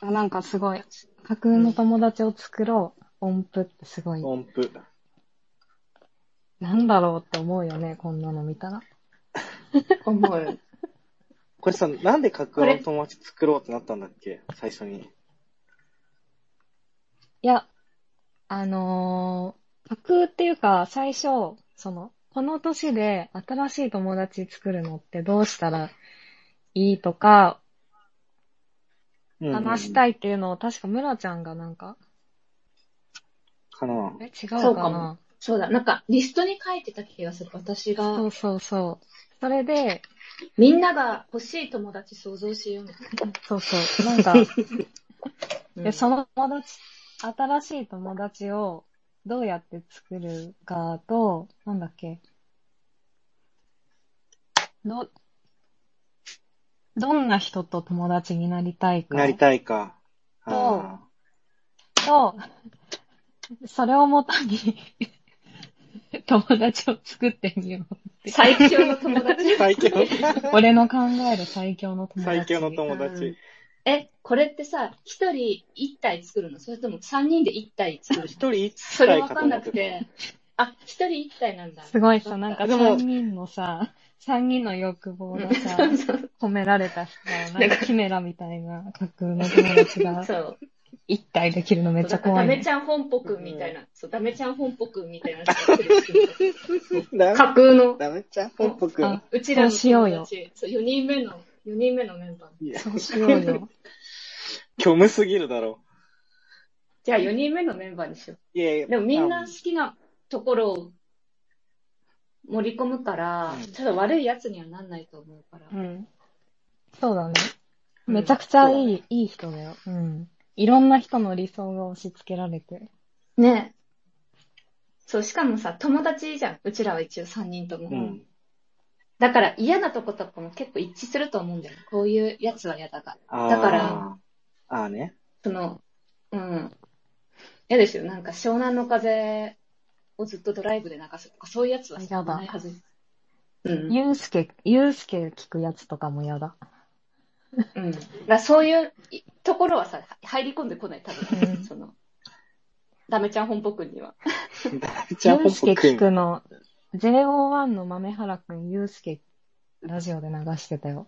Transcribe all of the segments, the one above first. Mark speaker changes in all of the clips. Speaker 1: あなんかすごい。架空の友達を作ろう。音符ってすごい。
Speaker 2: 音符。
Speaker 1: なんだろうって思うよね、こんなの見たら。
Speaker 3: 思う。
Speaker 2: これさ、なんで架空の友達作ろうってなったんだっけ最初に。
Speaker 1: いや、あのー、架空っていうか、最初、その、この年で新しい友達作るのってどうしたらいいとか、話した
Speaker 2: い。
Speaker 1: いっていうのを確か村ちゃんがなんか、
Speaker 2: かな
Speaker 1: え、違う
Speaker 3: そう
Speaker 1: か
Speaker 3: か
Speaker 1: な
Speaker 3: もそうだ、なんか、リストに書いてた気がする。私
Speaker 1: そ
Speaker 3: が
Speaker 1: う、そうそう。それで、
Speaker 3: みんなが欲しい友達想像しようみたい
Speaker 1: そうそう、なん か、
Speaker 3: な。
Speaker 1: で、その友達、新しい友達をどうやって作るかと、なんだっけ。ど、どんな人と友達になりたいか
Speaker 2: なりたいか。
Speaker 1: そう
Speaker 2: あ
Speaker 1: と、それをもとに 友達を作ってみよう。
Speaker 3: 最強の友
Speaker 2: ー
Speaker 3: 達。
Speaker 2: 最強。
Speaker 1: 俺の考える最強の友達。
Speaker 2: 最強の友達。
Speaker 3: え、これってさ、一人一体作るのそれとも三人で一体作る
Speaker 2: 一人一
Speaker 3: それ
Speaker 2: 体
Speaker 3: わ
Speaker 2: かと
Speaker 3: かん
Speaker 2: 思
Speaker 3: な
Speaker 2: っ
Speaker 3: く
Speaker 2: てた。
Speaker 3: て。あ、一人一体なんだ。
Speaker 1: すごいさ、なんか
Speaker 2: でも
Speaker 1: 3人のさ、3人の欲望がさ、 褒められた人は、
Speaker 3: な
Speaker 1: なん
Speaker 3: ん
Speaker 1: か
Speaker 3: か
Speaker 1: キメラみたいな架空の友達 が
Speaker 3: そう。
Speaker 1: 一体できるのめっちゃ怖い、
Speaker 3: ダメ
Speaker 1: ね
Speaker 3: ち。ゃん本ぽくんみたいな、そう、ダメちゃん本ぽくんみたいな人が来るし。
Speaker 2: ダメ
Speaker 3: 架空の、
Speaker 2: ダメちゃんぽく
Speaker 1: あ
Speaker 2: ん。
Speaker 3: うちらの
Speaker 1: そうしよう
Speaker 3: 友
Speaker 1: よ
Speaker 3: 達。そう、4人目の、4人目のメンバー。
Speaker 2: いや、
Speaker 1: そうしようよ。
Speaker 2: 虚無すぎるだろ。
Speaker 3: じゃあ4人目のメンバーにしよ
Speaker 2: いやいや。
Speaker 3: う。でもみんな
Speaker 2: あ
Speaker 3: 好きなところを盛り込むから
Speaker 2: うん、
Speaker 3: ただ悪いやつにはなんないと思うから。
Speaker 1: うん。そうだね。
Speaker 3: うん
Speaker 1: めちゃくちゃいい、いい人だよ。うん。いろんな人の理想が押し付けられて。
Speaker 3: ねえ。そう、しかもさ、友達じゃん。うちらは一応3人とも。
Speaker 2: うん。
Speaker 3: だから嫌なとことかも結構一致すると思うんだよね。こういうやつは嫌だが。
Speaker 2: あー
Speaker 3: だから。
Speaker 2: ああね。
Speaker 3: その、うん。嫌ですよ。なんか湘南の風をずっとドライブで流すとか、そういうやつは
Speaker 1: 嫌だ
Speaker 3: ないはず。うん。
Speaker 1: ゆうすけ、ゆうすけ聞くやつとかも嫌だ。
Speaker 3: うん。だからそういういところはさ、入り込んでこない、多
Speaker 1: うん
Speaker 3: 分。その、ダメちゃん本ぽくんには。
Speaker 2: ダメち
Speaker 1: ゆ
Speaker 2: ゃんぽ
Speaker 1: うすけ聞
Speaker 2: く
Speaker 1: く
Speaker 2: ん。
Speaker 1: の、JO1 の豆原くん、ゆうすけ、ラジオで流してたよ。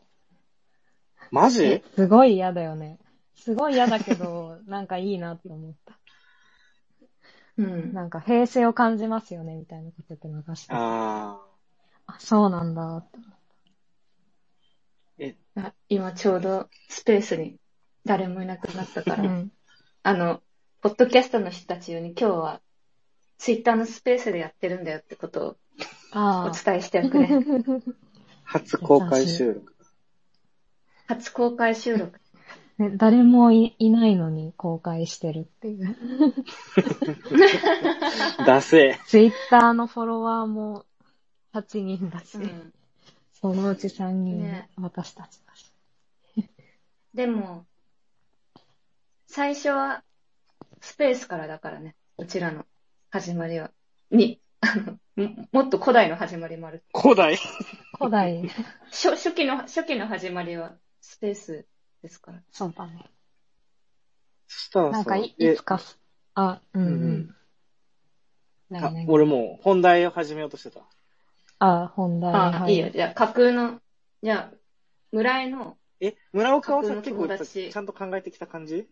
Speaker 2: マジ
Speaker 1: すごい嫌だよね。すごい嫌だけ ど、なんかいいなって思った。
Speaker 3: うん。
Speaker 1: なんか平成を感じますよね、みたいなことって流してた。あ
Speaker 2: ああ。
Speaker 1: そうなんだって。
Speaker 2: え、
Speaker 3: あ今ちょうどスペースに誰もいなくなったか
Speaker 1: う
Speaker 3: ら、
Speaker 1: ん。
Speaker 3: あの、ポッドキャストの人たち用に今日は、ツイッターのスペースでやってるんだよってことをお
Speaker 1: あ
Speaker 3: 伝えしておくね。
Speaker 2: 初公開収録。
Speaker 3: 初公開収録。
Speaker 1: あ、ね誰もいいないのに公開してるっていう。
Speaker 2: ダセ
Speaker 1: ツイッターのフォロワーも8人だし、
Speaker 3: うん
Speaker 1: そのうち3人、
Speaker 3: ね
Speaker 1: 私たちだし。
Speaker 3: でも、最初はスペースからだからね、うちらの始まりは。に、あのももっと古代の始まりもある。
Speaker 2: え。古代。
Speaker 1: 古代、
Speaker 3: 初初期の、初期の始まりはスペースですから。
Speaker 1: そうだね。
Speaker 2: そしたら さ、
Speaker 1: なんかい
Speaker 2: え
Speaker 1: いつかす、あ、うんう
Speaker 2: うんん。
Speaker 1: ない
Speaker 2: あ
Speaker 1: ね
Speaker 2: 俺もう本題を始めようとしてた。
Speaker 1: あ、本題。
Speaker 3: あ、
Speaker 1: はい
Speaker 3: いよ。じゃあ、架空の、じゃあ、村井の、
Speaker 2: え、村岡はさ、結構
Speaker 3: 架空の友達
Speaker 2: ちゃんと考えてきた感じ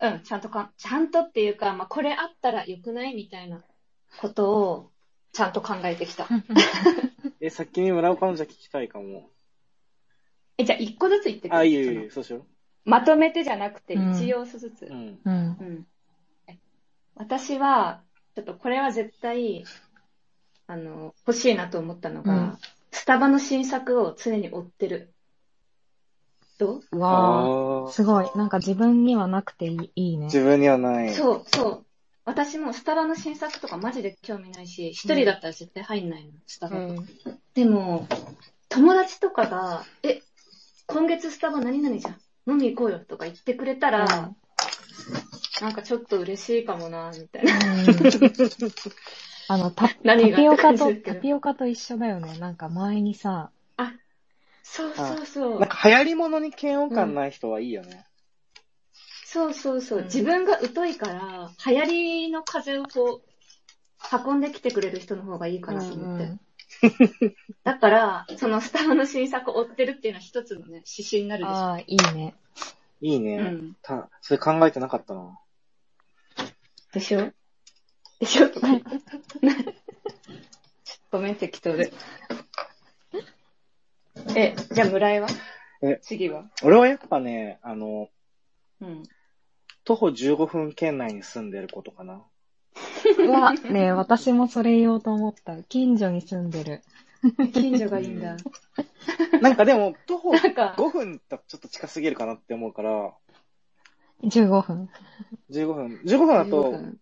Speaker 3: うん、ちゃんとか、ちゃんとっていうか、まあ、これあったらよくないみたいなことを、ちゃんと考えてきた。
Speaker 2: え、先に村岡のじゃ聞きたいかも。
Speaker 3: え、じゃあ、一個ずつ言ってくる
Speaker 2: あ、いいよ
Speaker 3: そ
Speaker 2: いい
Speaker 3: の
Speaker 2: よ、そうしよ
Speaker 3: まとめてじゃなくて、
Speaker 1: うん
Speaker 3: 一要素ずつ
Speaker 2: う。う。ん。
Speaker 1: うん
Speaker 3: う。ん。私は、ちょっとこれは絶対、あの、欲しいなと思ったのが、
Speaker 1: うん
Speaker 3: スタバの新作を常に追ってる。どう
Speaker 1: う
Speaker 2: あ
Speaker 1: わー。
Speaker 2: ー
Speaker 1: すごい。なんか自分にはなくていいいいね。
Speaker 2: 自分にはない。
Speaker 3: そう、そう。私もスタバの新作とかマジで興味ないし、一人だったら絶対入んないの、スタバとか。
Speaker 1: ん。
Speaker 3: でも、友達とかが、え、今月スタバ何々じゃん。飲み行こうよとか言ってくれたら、なんかちょっと嬉しいかもな、みたいな。
Speaker 1: あの、タタ
Speaker 3: 何が
Speaker 1: ピオカ
Speaker 3: っ
Speaker 1: と、
Speaker 3: て感じですけ
Speaker 1: タ
Speaker 3: ど
Speaker 1: ピオカと一緒だよね。なんか前にさ、
Speaker 3: そうそうそう
Speaker 2: なん。か流行り物に嫌悪感ない人はいいよね。
Speaker 3: そうそうそう、
Speaker 1: うん
Speaker 3: 自分が疎いから、流行りの風をこう、運んできてくれる人の方がいいかなと思って。
Speaker 1: うんうん
Speaker 3: だから、そのスタバの新作を追ってるっていうのは一つのね、指針になるでしょ。
Speaker 1: ああ、いいね。
Speaker 2: いいうね。
Speaker 3: ん。
Speaker 2: た、それ考えてなかったな。
Speaker 3: でしょでしょとか言って。ごめん、適当で。え、じゃあ村井は
Speaker 2: え
Speaker 3: 次は
Speaker 2: 俺はやっぱね、あの、
Speaker 3: うん。
Speaker 2: 徒歩15分圏内に住んでることかな。
Speaker 1: うわ、 ねえ私もそれ言おうと思った。近所に住んでる。
Speaker 3: 近所がいいんだ。
Speaker 2: なんかでも、徒 歩
Speaker 3: なんか、
Speaker 2: 5分だとちょっと近すぎるかなって思うから、
Speaker 1: 15分。
Speaker 2: 15分。15分だ
Speaker 3: 15
Speaker 2: と、
Speaker 3: 分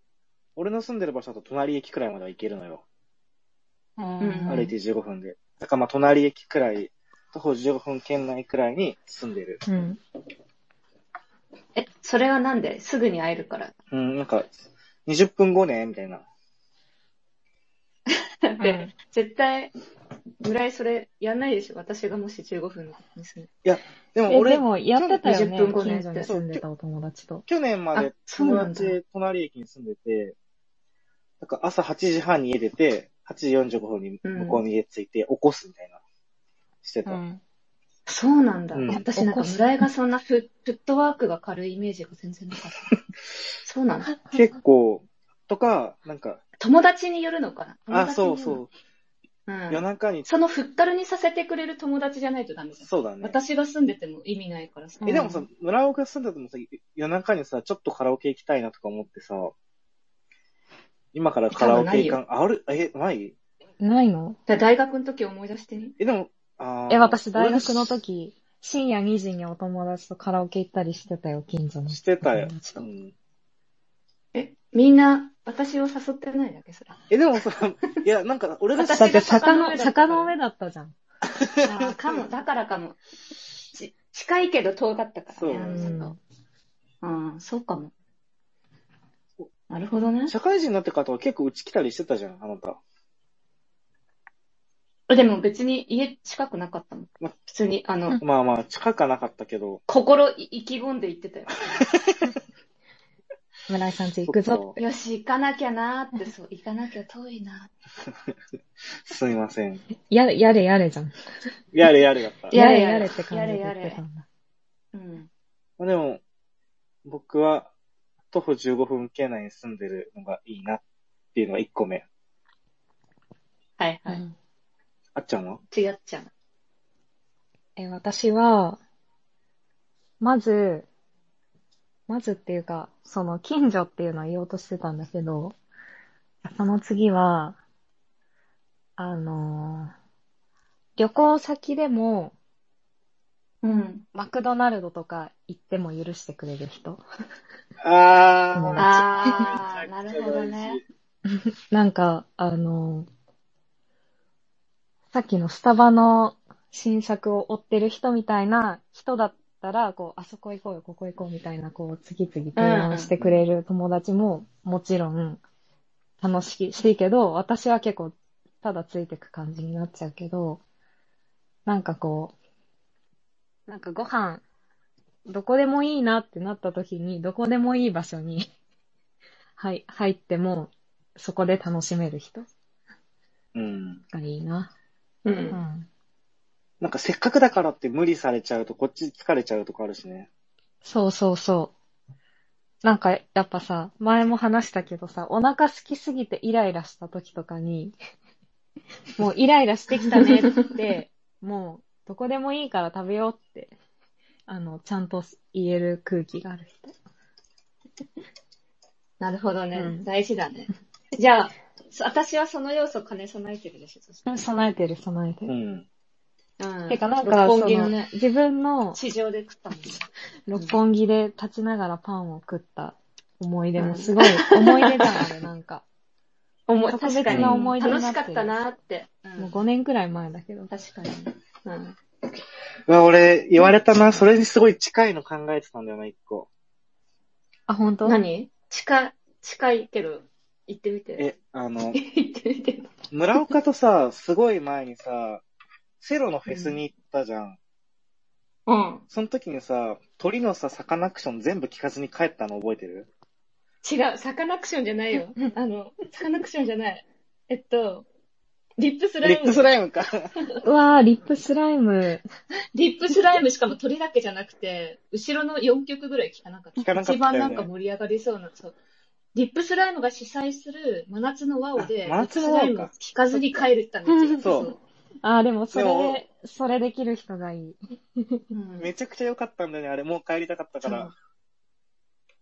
Speaker 2: 俺の住んでる場所だと隣駅くらいまでは行けるのよ。
Speaker 3: うん
Speaker 2: 歩いて15分で。だからまあ隣駅くらい、徒歩15分圏内くらいに住んでる。
Speaker 1: うん。
Speaker 3: え、それはなんですぐに会えるから。
Speaker 2: うん、なんか、20分後ね、みたいな。
Speaker 3: で、 絶対、村井それやんないでしょ。私がもし15分のことにする。
Speaker 2: でも
Speaker 1: え、
Speaker 2: 俺、
Speaker 1: でもやってたよね。
Speaker 3: 20分後ね
Speaker 1: 近所に住んでたお友達と。
Speaker 2: 去年まで
Speaker 3: あそうな
Speaker 2: 友
Speaker 3: んだ
Speaker 2: 達で隣駅に住んでて、なんか朝8時半に家出て、8時45分に向こうの家着いて起こすみたいな、してた。
Speaker 1: うん。
Speaker 3: そうなんだ。
Speaker 2: うん
Speaker 3: 私なんか村井がそんなフフットワークが軽いイメージが全 然なかった。そうなんだ。
Speaker 2: 結構、とか、なんか、
Speaker 3: 友達によるのかな
Speaker 2: あ、そうそう。。
Speaker 3: 友達による
Speaker 2: 夜
Speaker 3: のうん。
Speaker 2: 中に、
Speaker 3: そのふっかるにさせてくれる友達じゃないとダメだ。
Speaker 2: そうだね。
Speaker 3: 私が住んでても意味ないからさ。
Speaker 2: え、でもさ、村岡が住んでてもさ、夜中にさ、ちょっとカラオケ行きたいなとか思ってさ、今からカラオケ行かん、あある、え、ない
Speaker 1: ないの
Speaker 3: だ大学の時思い出してみ。
Speaker 2: え、でも、あー
Speaker 1: え、私大学の。時、深夜2時にお友達とカラオケ行ったりしてたよ、近所の。
Speaker 2: 俺してたよ
Speaker 1: 友達。
Speaker 2: う
Speaker 1: と
Speaker 2: ん。
Speaker 3: え、みんな、私を誘ってないだけそれ。
Speaker 2: え、でもさ、いや、なんか、俺が
Speaker 3: 私
Speaker 1: だ
Speaker 2: さ
Speaker 1: っ、て坂
Speaker 3: 坂の上だ
Speaker 1: の、
Speaker 3: った
Speaker 1: 坂の上だったじゃん。
Speaker 3: あ あ、かも、だからかも。ち近いけど遠かったからね、
Speaker 2: そう
Speaker 3: あ
Speaker 1: う
Speaker 3: の
Speaker 1: ん
Speaker 3: 坂。うん、そうかも。なるほどね。
Speaker 2: 社会人になってからとか結構うち来たりしてたじゃん、あなた。
Speaker 3: でも別に家近くなかったもん。
Speaker 2: ま
Speaker 3: 普通に、あの、
Speaker 2: まあまあ、近かなかったけど、
Speaker 3: 心意気込んで行ってたよ。
Speaker 1: 村井さんち行くぞ。
Speaker 2: そっか
Speaker 3: よし、行かなきゃなーって、そう、行かなきゃ遠いな
Speaker 2: すみません。
Speaker 1: やれ、やれ、やれじゃん。
Speaker 2: やれやれだった。
Speaker 3: い
Speaker 1: や
Speaker 3: や
Speaker 1: れ、
Speaker 3: やれ
Speaker 1: やれって感じで言っ
Speaker 3: やれ
Speaker 1: て
Speaker 3: や
Speaker 1: た
Speaker 3: れ
Speaker 1: んだ。
Speaker 3: ーうん。
Speaker 2: まあでも、僕は徒歩15分圏内に住んでるのがいいなっていうのが1個目。
Speaker 3: はいはい。
Speaker 1: うん
Speaker 2: あっちゃんは
Speaker 3: 違っちゃう。
Speaker 1: え、私は、まず、まずっていうか、その近所っていうのは言おうとしてたんだけど、その次は、あのー旅行先でも
Speaker 3: うん。
Speaker 1: マクドナルドとか行っても許してくれる人。ー
Speaker 2: あ
Speaker 3: あー、なるほどね。。
Speaker 1: なんか、あのーさっきのスタバの新作を追ってる人みたいな人だったら、こう、あそこ行こうよ、ここ行こうみたいな、こう、次々提案してくれる友達も、もちろん、楽しいしいけど、私は結構、ただついてく感じになっちゃうけど、なんかこう、なんかご飯、どこでもいいなってなった時に、どこでもいい場所に、 はい、入っても、そこで楽しめる人
Speaker 2: うん。
Speaker 1: がいいな。
Speaker 3: う。
Speaker 1: うんん。
Speaker 2: なんかせっかくだからって無理されちゃうとこっち疲れちゃうとこあるしね。
Speaker 1: そうそうそう。なんか、やっぱさ、前も話したけどさ、お腹空きすぎてイライラした時とか に、もうイライラしてきたねって、もう、どこでもいいから食べようって、あの、ちゃんと言える空気がある人。
Speaker 3: なるほどね。
Speaker 1: うん
Speaker 3: 大事だね。じゃあ、そ私はその要素兼ね備えてるでしょ、そしたら
Speaker 1: 備えてる、備えて
Speaker 2: う
Speaker 1: る。
Speaker 2: ん。
Speaker 3: うん
Speaker 1: てか、なんか、
Speaker 3: 六
Speaker 1: そ
Speaker 3: 本木の
Speaker 1: の
Speaker 3: ね、、
Speaker 1: 自分の
Speaker 3: 地上で食ったもんね。
Speaker 1: 六本木で立ちながらパンを食った思い出もすごい、思い出だ あれ、なんか。
Speaker 3: 思い
Speaker 1: 特
Speaker 3: 確
Speaker 1: 別
Speaker 3: かに。
Speaker 2: な
Speaker 3: 楽
Speaker 1: 思い出にな
Speaker 3: し
Speaker 1: って
Speaker 3: か
Speaker 1: る
Speaker 3: ったなーって。うん
Speaker 1: もう5年くらい前だけど。
Speaker 3: 確かに。うん。
Speaker 2: うわ、俺、言われたな。それにすごい近いの考えてたんだよな、1個。
Speaker 1: あ、本当？
Speaker 3: 何近い、近いけど、行ってみて。
Speaker 2: え、あの、
Speaker 3: 行ってみて。
Speaker 2: 村岡とさ、すごい前にさ、セロのフェスに行ったじゃん。
Speaker 3: うん。
Speaker 2: その時にさ、鳥のさ、サカナクション全部聞かずに帰ったの覚えてる
Speaker 3: 違う、サカナクションじゃない よ。あの、サカナクションじゃない。えっと、リップスラ
Speaker 2: リ
Speaker 3: イム。
Speaker 2: ップスライムか。
Speaker 1: うわー、リップスライム。
Speaker 3: リップスライムしかも鳥だけじゃなくて、後ろの4曲ぐらい聞かなかった。
Speaker 2: 聞かなかったよね
Speaker 3: 一番なんか盛り上がりそうな、そう。リップスライムが主催する真夏の和をで、
Speaker 2: あ真
Speaker 3: リッ
Speaker 2: 夏
Speaker 3: プス
Speaker 2: の和
Speaker 3: ラ
Speaker 2: をか
Speaker 3: イムを聞かずに帰るったんですよ。
Speaker 2: そう
Speaker 1: あー、でもそれ
Speaker 2: でも
Speaker 1: それできる人がいい。
Speaker 3: う。うん
Speaker 2: めちゃくちゃ良かったんだよね、あれ。もう帰りたかったから。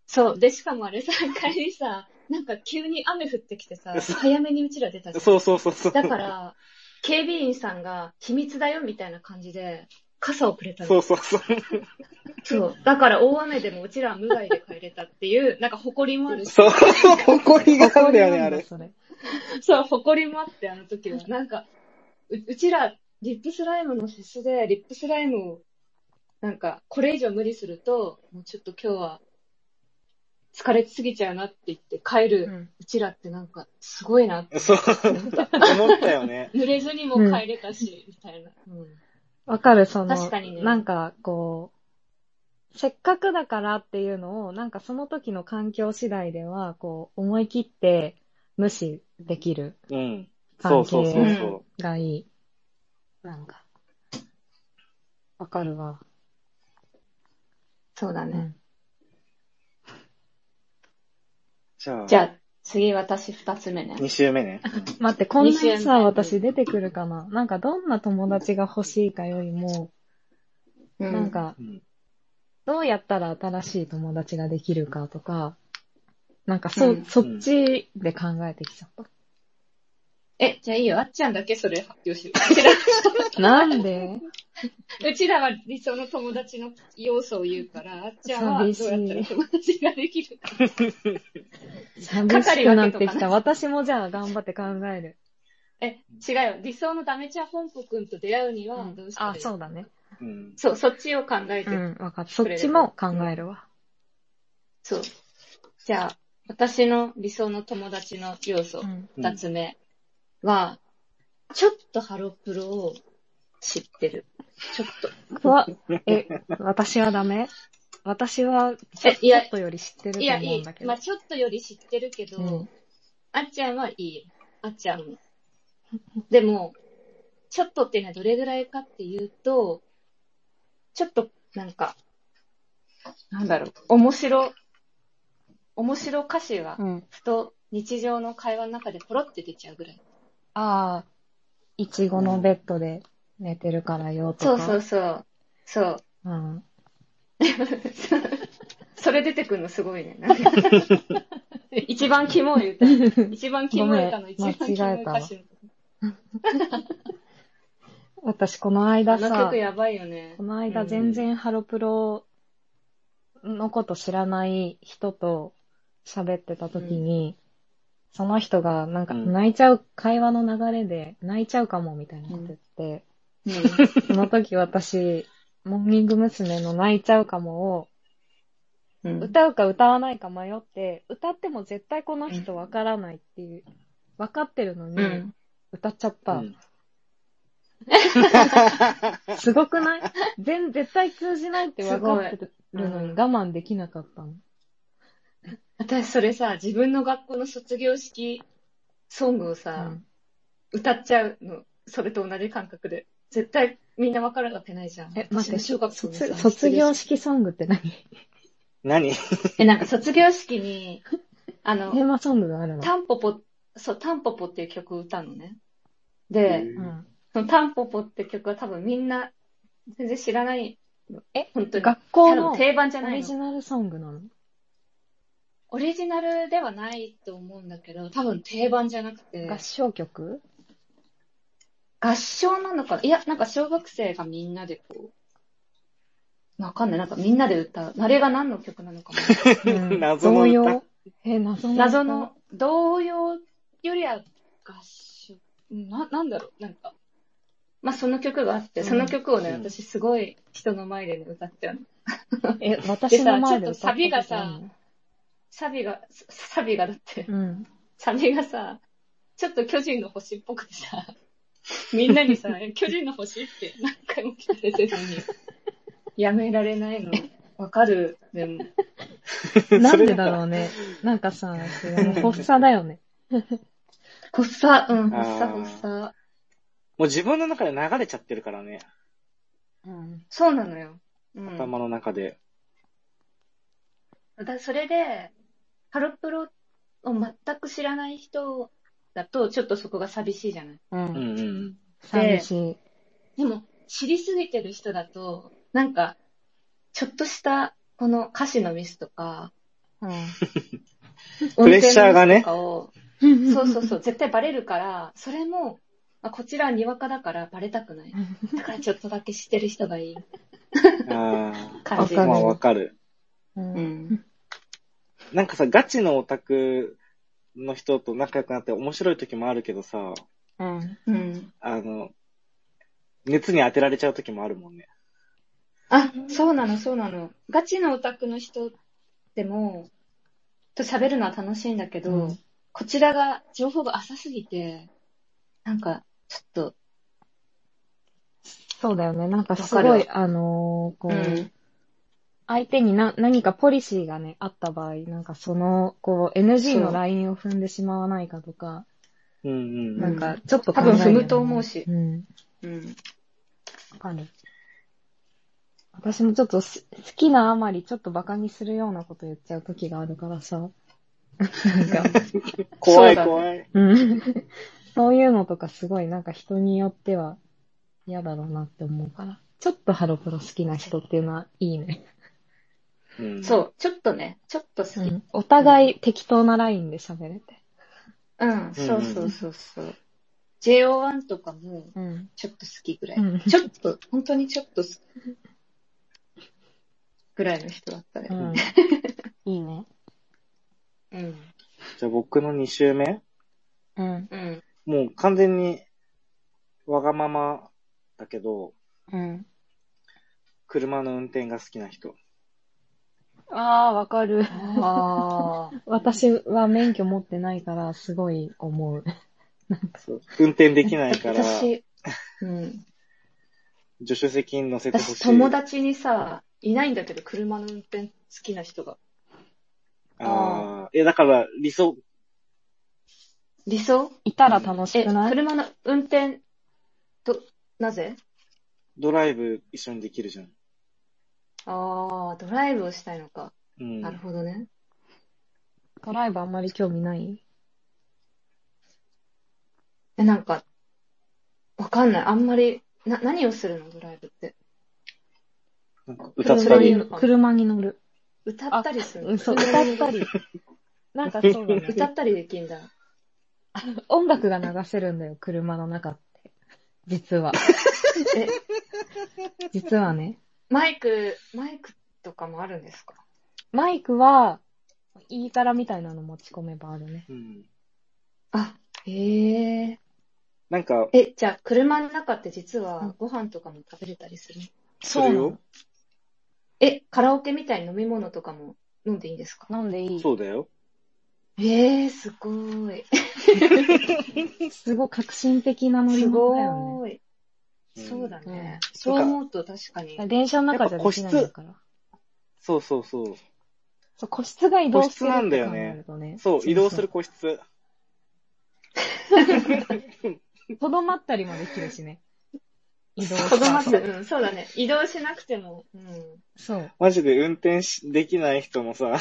Speaker 3: そう。で、しかもあれさ、帰りさ、なんか急に雨降ってきてさ、
Speaker 2: そう
Speaker 3: 早めにうちら出たじゃん。
Speaker 2: そうそうそうそう。
Speaker 3: だから、警備員さんが秘密だよみたいな感じで、傘をくれたの。
Speaker 2: そう そうそう。
Speaker 3: そう。だから大雨でもうちらは無害で帰れたっていう、なんか誇りもあるし、
Speaker 2: そう、 誇りがあるんだよね、あれ。
Speaker 1: それ。
Speaker 3: そう、誇りもあって、あの時は。なんか、ううちら、リップスライムのフェスで、リップスライムを、なんか、これ以上無理すると、もうちょっと今日は、疲れすぎちゃうなって言って帰る、う
Speaker 1: うん
Speaker 3: ちらってなんか、すごいなって。
Speaker 2: そう、思ったよね。
Speaker 3: 濡れずにも帰れたし、みたいな。うん
Speaker 1: わかる、その、
Speaker 3: 確かにね
Speaker 1: なんかこう、せっかくだからっていうのを、なんかその時の環境次第では、こう、思い切って無視できる
Speaker 2: うん。そ
Speaker 1: 関
Speaker 2: うそうそ
Speaker 1: 係
Speaker 2: うそ
Speaker 1: がいい。なんか、わかるわ。
Speaker 3: そうだ
Speaker 1: う
Speaker 3: ね。
Speaker 1: ん。
Speaker 2: う。じゃあ、
Speaker 3: じゃあ、次私二つ目ね。
Speaker 2: 2週目ね。
Speaker 1: 待って、こんなに
Speaker 3: 西山
Speaker 1: さ、私出てくるかななんかどんな友達が欲しいかよりも、
Speaker 3: う
Speaker 1: なん、か
Speaker 2: う、ん。
Speaker 1: どうやったら新しい友達ができるかとか、なんかそ、
Speaker 3: うん
Speaker 1: そっちで考えてきちゃっ
Speaker 3: え、じゃあいいよ。あっちゃんだけそれ発表しよう。う ちら
Speaker 1: た。なん で
Speaker 3: うちらは理想の友達の要素を言うから、あっちゃんはど
Speaker 1: 寂
Speaker 3: う
Speaker 1: しい
Speaker 3: やったら友達ができるか。
Speaker 1: 寂しくなって
Speaker 3: 語り分けと
Speaker 1: き
Speaker 3: か
Speaker 1: た。
Speaker 3: ね
Speaker 1: 私もじゃあ頑張って考える。
Speaker 3: え、違うよ。理想のダメチャ本舗くんと出会うにはどうしたら
Speaker 1: あ
Speaker 3: い、い、
Speaker 1: そうだね。
Speaker 2: うん。
Speaker 3: そう、そっちを考えて、
Speaker 1: うん、わかった。そっちも考えるわ。
Speaker 3: そう。じゃあ、私の理想の友達の要素
Speaker 1: う、ん。
Speaker 3: 二つ目は、ちょっとハロプロを知ってる。ちょっ
Speaker 1: う
Speaker 3: と。
Speaker 1: わ、え、私はダメ私は、ちょ
Speaker 3: えいや
Speaker 1: ちょっとより知ってる
Speaker 3: い
Speaker 1: と
Speaker 3: や、
Speaker 1: 思う
Speaker 3: い
Speaker 1: ん
Speaker 3: い
Speaker 1: だけ。ど。
Speaker 3: まあちょっとより知ってるけど、
Speaker 1: うん
Speaker 3: あっちゃんはいい。あっちゃんも。でも、ちょっとっていうのはどれぐらいかっていうと、ちょっと、なんか、なんだろう、面白、面白歌詞が、
Speaker 1: うん。
Speaker 3: ふと日常の会話の中でポロって出ちゃうぐらい。
Speaker 1: ああ、いちごのベッドで寝てるからよとか。う
Speaker 3: そう。そう。
Speaker 1: そう。ん。
Speaker 3: それ出てくるのすごい ね。なんか一番キモい歌。 一番キモい歌の一番キモい歌詞の。
Speaker 1: 私この間
Speaker 3: あ
Speaker 1: さ、
Speaker 3: の曲やばいよね
Speaker 1: こ。の間全然ハロプロのこと知らない人と喋ってた時に、その人がなんか
Speaker 2: うん
Speaker 1: 泣いちゃう、会話の流れで泣いちゃうかもみたいなこと言って、
Speaker 3: うん
Speaker 1: その時私、モーニング娘。の泣いちゃうかもを
Speaker 3: うん
Speaker 1: 歌うか歌わないか迷って、歌っても絶対この人わからないっていう、わかってるの
Speaker 3: う
Speaker 1: に
Speaker 3: ん。
Speaker 1: 歌っちゃっ
Speaker 2: う
Speaker 1: た。
Speaker 2: ん
Speaker 1: すごくない全、絶対通じないって分かってるのに
Speaker 3: す
Speaker 1: 我慢できなかったの。
Speaker 3: 私それさ、自分の学校の卒業式ソングを
Speaker 1: う
Speaker 3: さ、
Speaker 1: ん
Speaker 3: 歌っちゃうの。それと同じ感覚で。絶対みんなわかるわけないじゃん。
Speaker 1: え、待って、
Speaker 3: 私の小学校の
Speaker 1: 卒
Speaker 3: さ
Speaker 1: 卒業。式ソングって何
Speaker 2: 何
Speaker 3: え、なんか卒業式 に、あ
Speaker 1: テ
Speaker 3: の、
Speaker 1: ーマソングがあるの
Speaker 3: タンポポ、そう、タンポポっていう曲を歌うのね。で、
Speaker 1: うん。
Speaker 3: そのタンポポって曲は多分みんな全然知らない。
Speaker 1: え、
Speaker 3: 本当に。
Speaker 1: 学校
Speaker 3: 多
Speaker 1: の
Speaker 3: 分
Speaker 1: オ
Speaker 3: 定番じゃない
Speaker 1: リ
Speaker 3: の
Speaker 1: ジ。ナルソングなの
Speaker 3: オリジナルではないと思うんだけど、多分定番じゃなくて。
Speaker 1: 合唱曲
Speaker 3: 合唱なのかないや、なんか小学生がみんなでこう、わかんない。なんかみんなで歌う。あれが何の曲なのかも。
Speaker 1: うん
Speaker 2: 謎の
Speaker 1: 童
Speaker 2: 歌
Speaker 1: 謡え、謎の歌
Speaker 3: 謎の、童謡よりは合唱。な、なんだろうなんか。まあ、その曲があって、その曲をね、
Speaker 2: うん
Speaker 3: 私すごい人の前で、ね、歌っちゃうの。
Speaker 1: え、私の前で
Speaker 3: でさちょっとサビがさ
Speaker 1: 歌ったこと
Speaker 3: サビが、ササビがだって
Speaker 1: あ、るのうん。
Speaker 3: サビがさ、ちょっと巨人の星っぽく てさ、みんなにさ、巨人の星って何回も聞かれてるのに、やめられないの。わかる。でも、
Speaker 1: なんでだろ
Speaker 2: う
Speaker 1: うね。なんかさ、それも発作だよね。
Speaker 3: 発作、うん、
Speaker 2: あー
Speaker 3: 発作、発作。
Speaker 2: もう自分の中で流れちゃってるからね。
Speaker 1: うん。
Speaker 3: そうなのよ。うん。
Speaker 2: 頭の中で。
Speaker 3: だそれで、ハロプロを全く知らない人だと、ちょっとそこが寂しいじゃない。
Speaker 1: う。
Speaker 2: うんんうん。
Speaker 1: 寂しい。
Speaker 3: でも、知りすぎてる人だと、なんか、ちょっとした、この歌詞のミスとか、
Speaker 2: プレッシャーがね
Speaker 3: 音程のミスとか
Speaker 1: うん
Speaker 3: を、そうそうそう、絶対バレるから、それも、まあ、こちらはにわかだからバレたくない。だからちょっとだけ知ってる人がいい
Speaker 2: あ
Speaker 3: 感じ。
Speaker 1: わ
Speaker 2: あ。ま
Speaker 1: か
Speaker 2: あ
Speaker 1: る
Speaker 2: わかる。
Speaker 1: う。
Speaker 3: うんん。
Speaker 2: なんかさ、ガチのオタクの人と仲良くなって面白い時もあるけどさ、
Speaker 1: うん。
Speaker 3: うん。
Speaker 2: あの、熱に当てられちゃう時もあるもんね。
Speaker 3: あ、そうなの、そうなの。ガチのオタクの人でも、と喋るのは楽しいんだけど、
Speaker 1: うん
Speaker 3: こちらが、情報が浅すぎて、なんか、ちょっと、
Speaker 1: そうだよね。なんかす
Speaker 3: わ
Speaker 1: ご
Speaker 3: か
Speaker 1: い、あのーこう、
Speaker 3: うん。
Speaker 1: 相手にな何かポリシーがね、あった場合、なんかその、こう、NG
Speaker 3: そ
Speaker 1: の
Speaker 3: う
Speaker 1: ラインを踏んでしまわないかとか、
Speaker 2: うんうん。
Speaker 1: なんか、ちょっと
Speaker 3: 多
Speaker 1: 考
Speaker 3: 分
Speaker 1: えるよね
Speaker 3: 踏むと思うし
Speaker 1: うん。
Speaker 3: うん。
Speaker 1: わかる。私もちょっとす好きなあまりちょっと馬鹿にするようなこと言っちゃう時があるからさ。なんか、
Speaker 2: 怖
Speaker 3: そう
Speaker 2: い
Speaker 3: だね
Speaker 2: 怖い。
Speaker 1: うん。 そういうのとかすごいなんか人によっては嫌だろうなって思うから。ちょっとハロプロ好きな人っていうのはいいね。
Speaker 2: うん
Speaker 3: そ。う、ちょっとね、ちょっと好き。うん、
Speaker 1: お互い適当なラインで喋れて。
Speaker 3: そうそうそうそう。JO1 とかも、
Speaker 1: うん。
Speaker 3: ちょっと好きぐらい。
Speaker 1: うん
Speaker 3: ちょっと、本当にちょっと好き。ぐらいの人だった ね。
Speaker 1: うん。いいね。
Speaker 3: うん。
Speaker 2: じゃあ僕の2周目
Speaker 1: うん。
Speaker 3: うん。
Speaker 2: もう完全にわがままだけど、
Speaker 1: うん。
Speaker 2: 車の運転が好きな人。
Speaker 1: ああ、わかる。
Speaker 3: ああ。
Speaker 1: 私は免許持ってないから、すごい思う。
Speaker 2: そう運転できないから、
Speaker 3: 私、うん。
Speaker 2: 助手席に乗せてほし
Speaker 3: 私、
Speaker 2: い。
Speaker 3: 友達にさ、いないんだけど、車の運転好きな人が。
Speaker 2: ああ。いや、だから理想、
Speaker 3: 理想
Speaker 1: いたら楽し
Speaker 3: え、
Speaker 1: くない
Speaker 3: 車の運転、と、なぜ
Speaker 2: ドライブ一緒にできるじゃん。
Speaker 3: ああ、ドライブをしたいのか。
Speaker 2: うん。
Speaker 3: なるほどね。
Speaker 1: ドライブあんまり興味ない
Speaker 3: え、なんか、わかんない。あんまり、な、何をするのドライブって。
Speaker 2: なんか歌った
Speaker 3: それ
Speaker 2: り
Speaker 3: に。
Speaker 1: 車に乗る。
Speaker 3: 歌ったりする
Speaker 1: う
Speaker 3: の
Speaker 1: ん、そう、歌った り。なんかそうだね。
Speaker 3: 歌ったりできんだ。
Speaker 1: 音楽が流せるんだよ、車の中って。実 は。
Speaker 3: え、
Speaker 1: 実はね。
Speaker 3: マイク、マイクとかもあるんですか
Speaker 1: マイクは、いいからみたいなの持ち込めばあるね。
Speaker 2: うん。
Speaker 3: あ、へえ。
Speaker 2: なんか、
Speaker 3: え、じゃあ、車の中って実は、ご飯とかも食べれたりするの
Speaker 2: する
Speaker 1: そう
Speaker 2: よ。
Speaker 3: え、カラオケみたいに飲み物とかも飲んでいいんですか
Speaker 1: 飲んでいい
Speaker 2: そうだよ。
Speaker 3: ええ、すごーい。
Speaker 1: すごい革新的な乗り
Speaker 3: す
Speaker 1: 物だよ
Speaker 3: ごーい。
Speaker 2: うん
Speaker 3: そうだね。
Speaker 1: う
Speaker 3: そう思うと確かに。
Speaker 1: ね。電車の中じゃできないんだから。
Speaker 2: そうそうそう。
Speaker 1: そう、個室が移動する
Speaker 2: 個室なん
Speaker 1: って
Speaker 2: だよ
Speaker 1: 考
Speaker 2: ね
Speaker 1: えるとね。
Speaker 2: そう、移動する
Speaker 1: そ
Speaker 2: 個室。
Speaker 1: う。とどまったりもできるしね。移動
Speaker 3: 子供
Speaker 1: し
Speaker 3: ってて、うん、そうだね。移動しなくても、うん。
Speaker 1: そう。
Speaker 2: マジで運転しできない人もさ、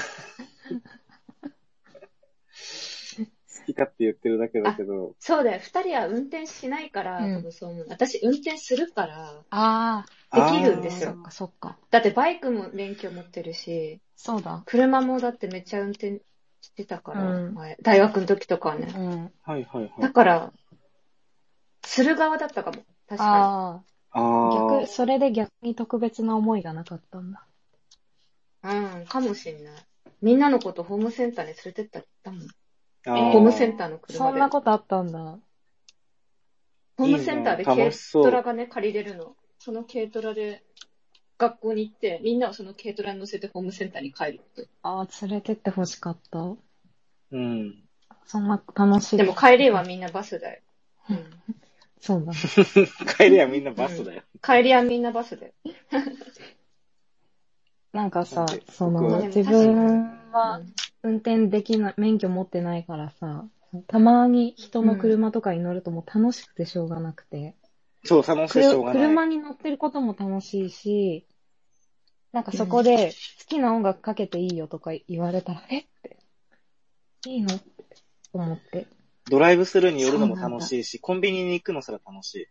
Speaker 2: 好きかって言ってるだけだけど、
Speaker 3: そうだよ。二人は運転しないから、
Speaker 1: うん
Speaker 3: 多分そう思う。私、運転するから、
Speaker 1: あ
Speaker 3: できるんです
Speaker 1: そ
Speaker 3: よ
Speaker 1: っかそっか。
Speaker 3: だってバイクも免許持ってるし、
Speaker 1: そうだ。
Speaker 3: 車もだってめっちゃ運転してたから、
Speaker 1: うん
Speaker 3: 前大学の時とかはね
Speaker 1: う。ん。
Speaker 2: あーはいはいは
Speaker 3: だ
Speaker 2: い。
Speaker 3: から、する側だったかも。確か
Speaker 1: ああ。
Speaker 2: ああ
Speaker 1: 逆、。それで逆に特別な思いがなかったんだ。
Speaker 3: に。うん、かもしんない。みんなのことホームセンターに連れてったりだもん。
Speaker 2: あ
Speaker 1: えー
Speaker 3: ホームセンタ
Speaker 2: ー。
Speaker 3: ーの車
Speaker 1: そ
Speaker 3: で。
Speaker 1: んなことあったんだ。
Speaker 3: ホームセンターで
Speaker 2: いいね
Speaker 3: 軽
Speaker 2: 楽しそう
Speaker 3: トラがね、借りれるの。その軽トラで学校に行って、みんなをその軽トラに乗せてホームセンターに帰るって。
Speaker 1: ああ、連れてってほしかった。
Speaker 2: うん。
Speaker 1: そんな楽しい。
Speaker 3: でも帰りはみんなバスだよ。うん、
Speaker 1: そうだ。
Speaker 2: 帰りはみんなバスだよ。
Speaker 3: 帰りはみんなバスだよ。
Speaker 1: なんかさ
Speaker 2: なんで、
Speaker 1: そ
Speaker 2: 僕
Speaker 1: の
Speaker 2: は、
Speaker 1: 自分は運転できない、免許持ってないからさ、たまに人の車とかに乗るともう楽しくてしょうがなくて、
Speaker 2: そう、楽し
Speaker 1: く
Speaker 2: い
Speaker 1: る
Speaker 2: しょうがない。
Speaker 1: 車に乗ってることも楽しいし、なんかそこで好きな音楽かけていいよとか言われたら、えって、いいのって思って。
Speaker 2: ドライブスルーに寄るのも楽しいし、コンビニに行くのすら楽しい。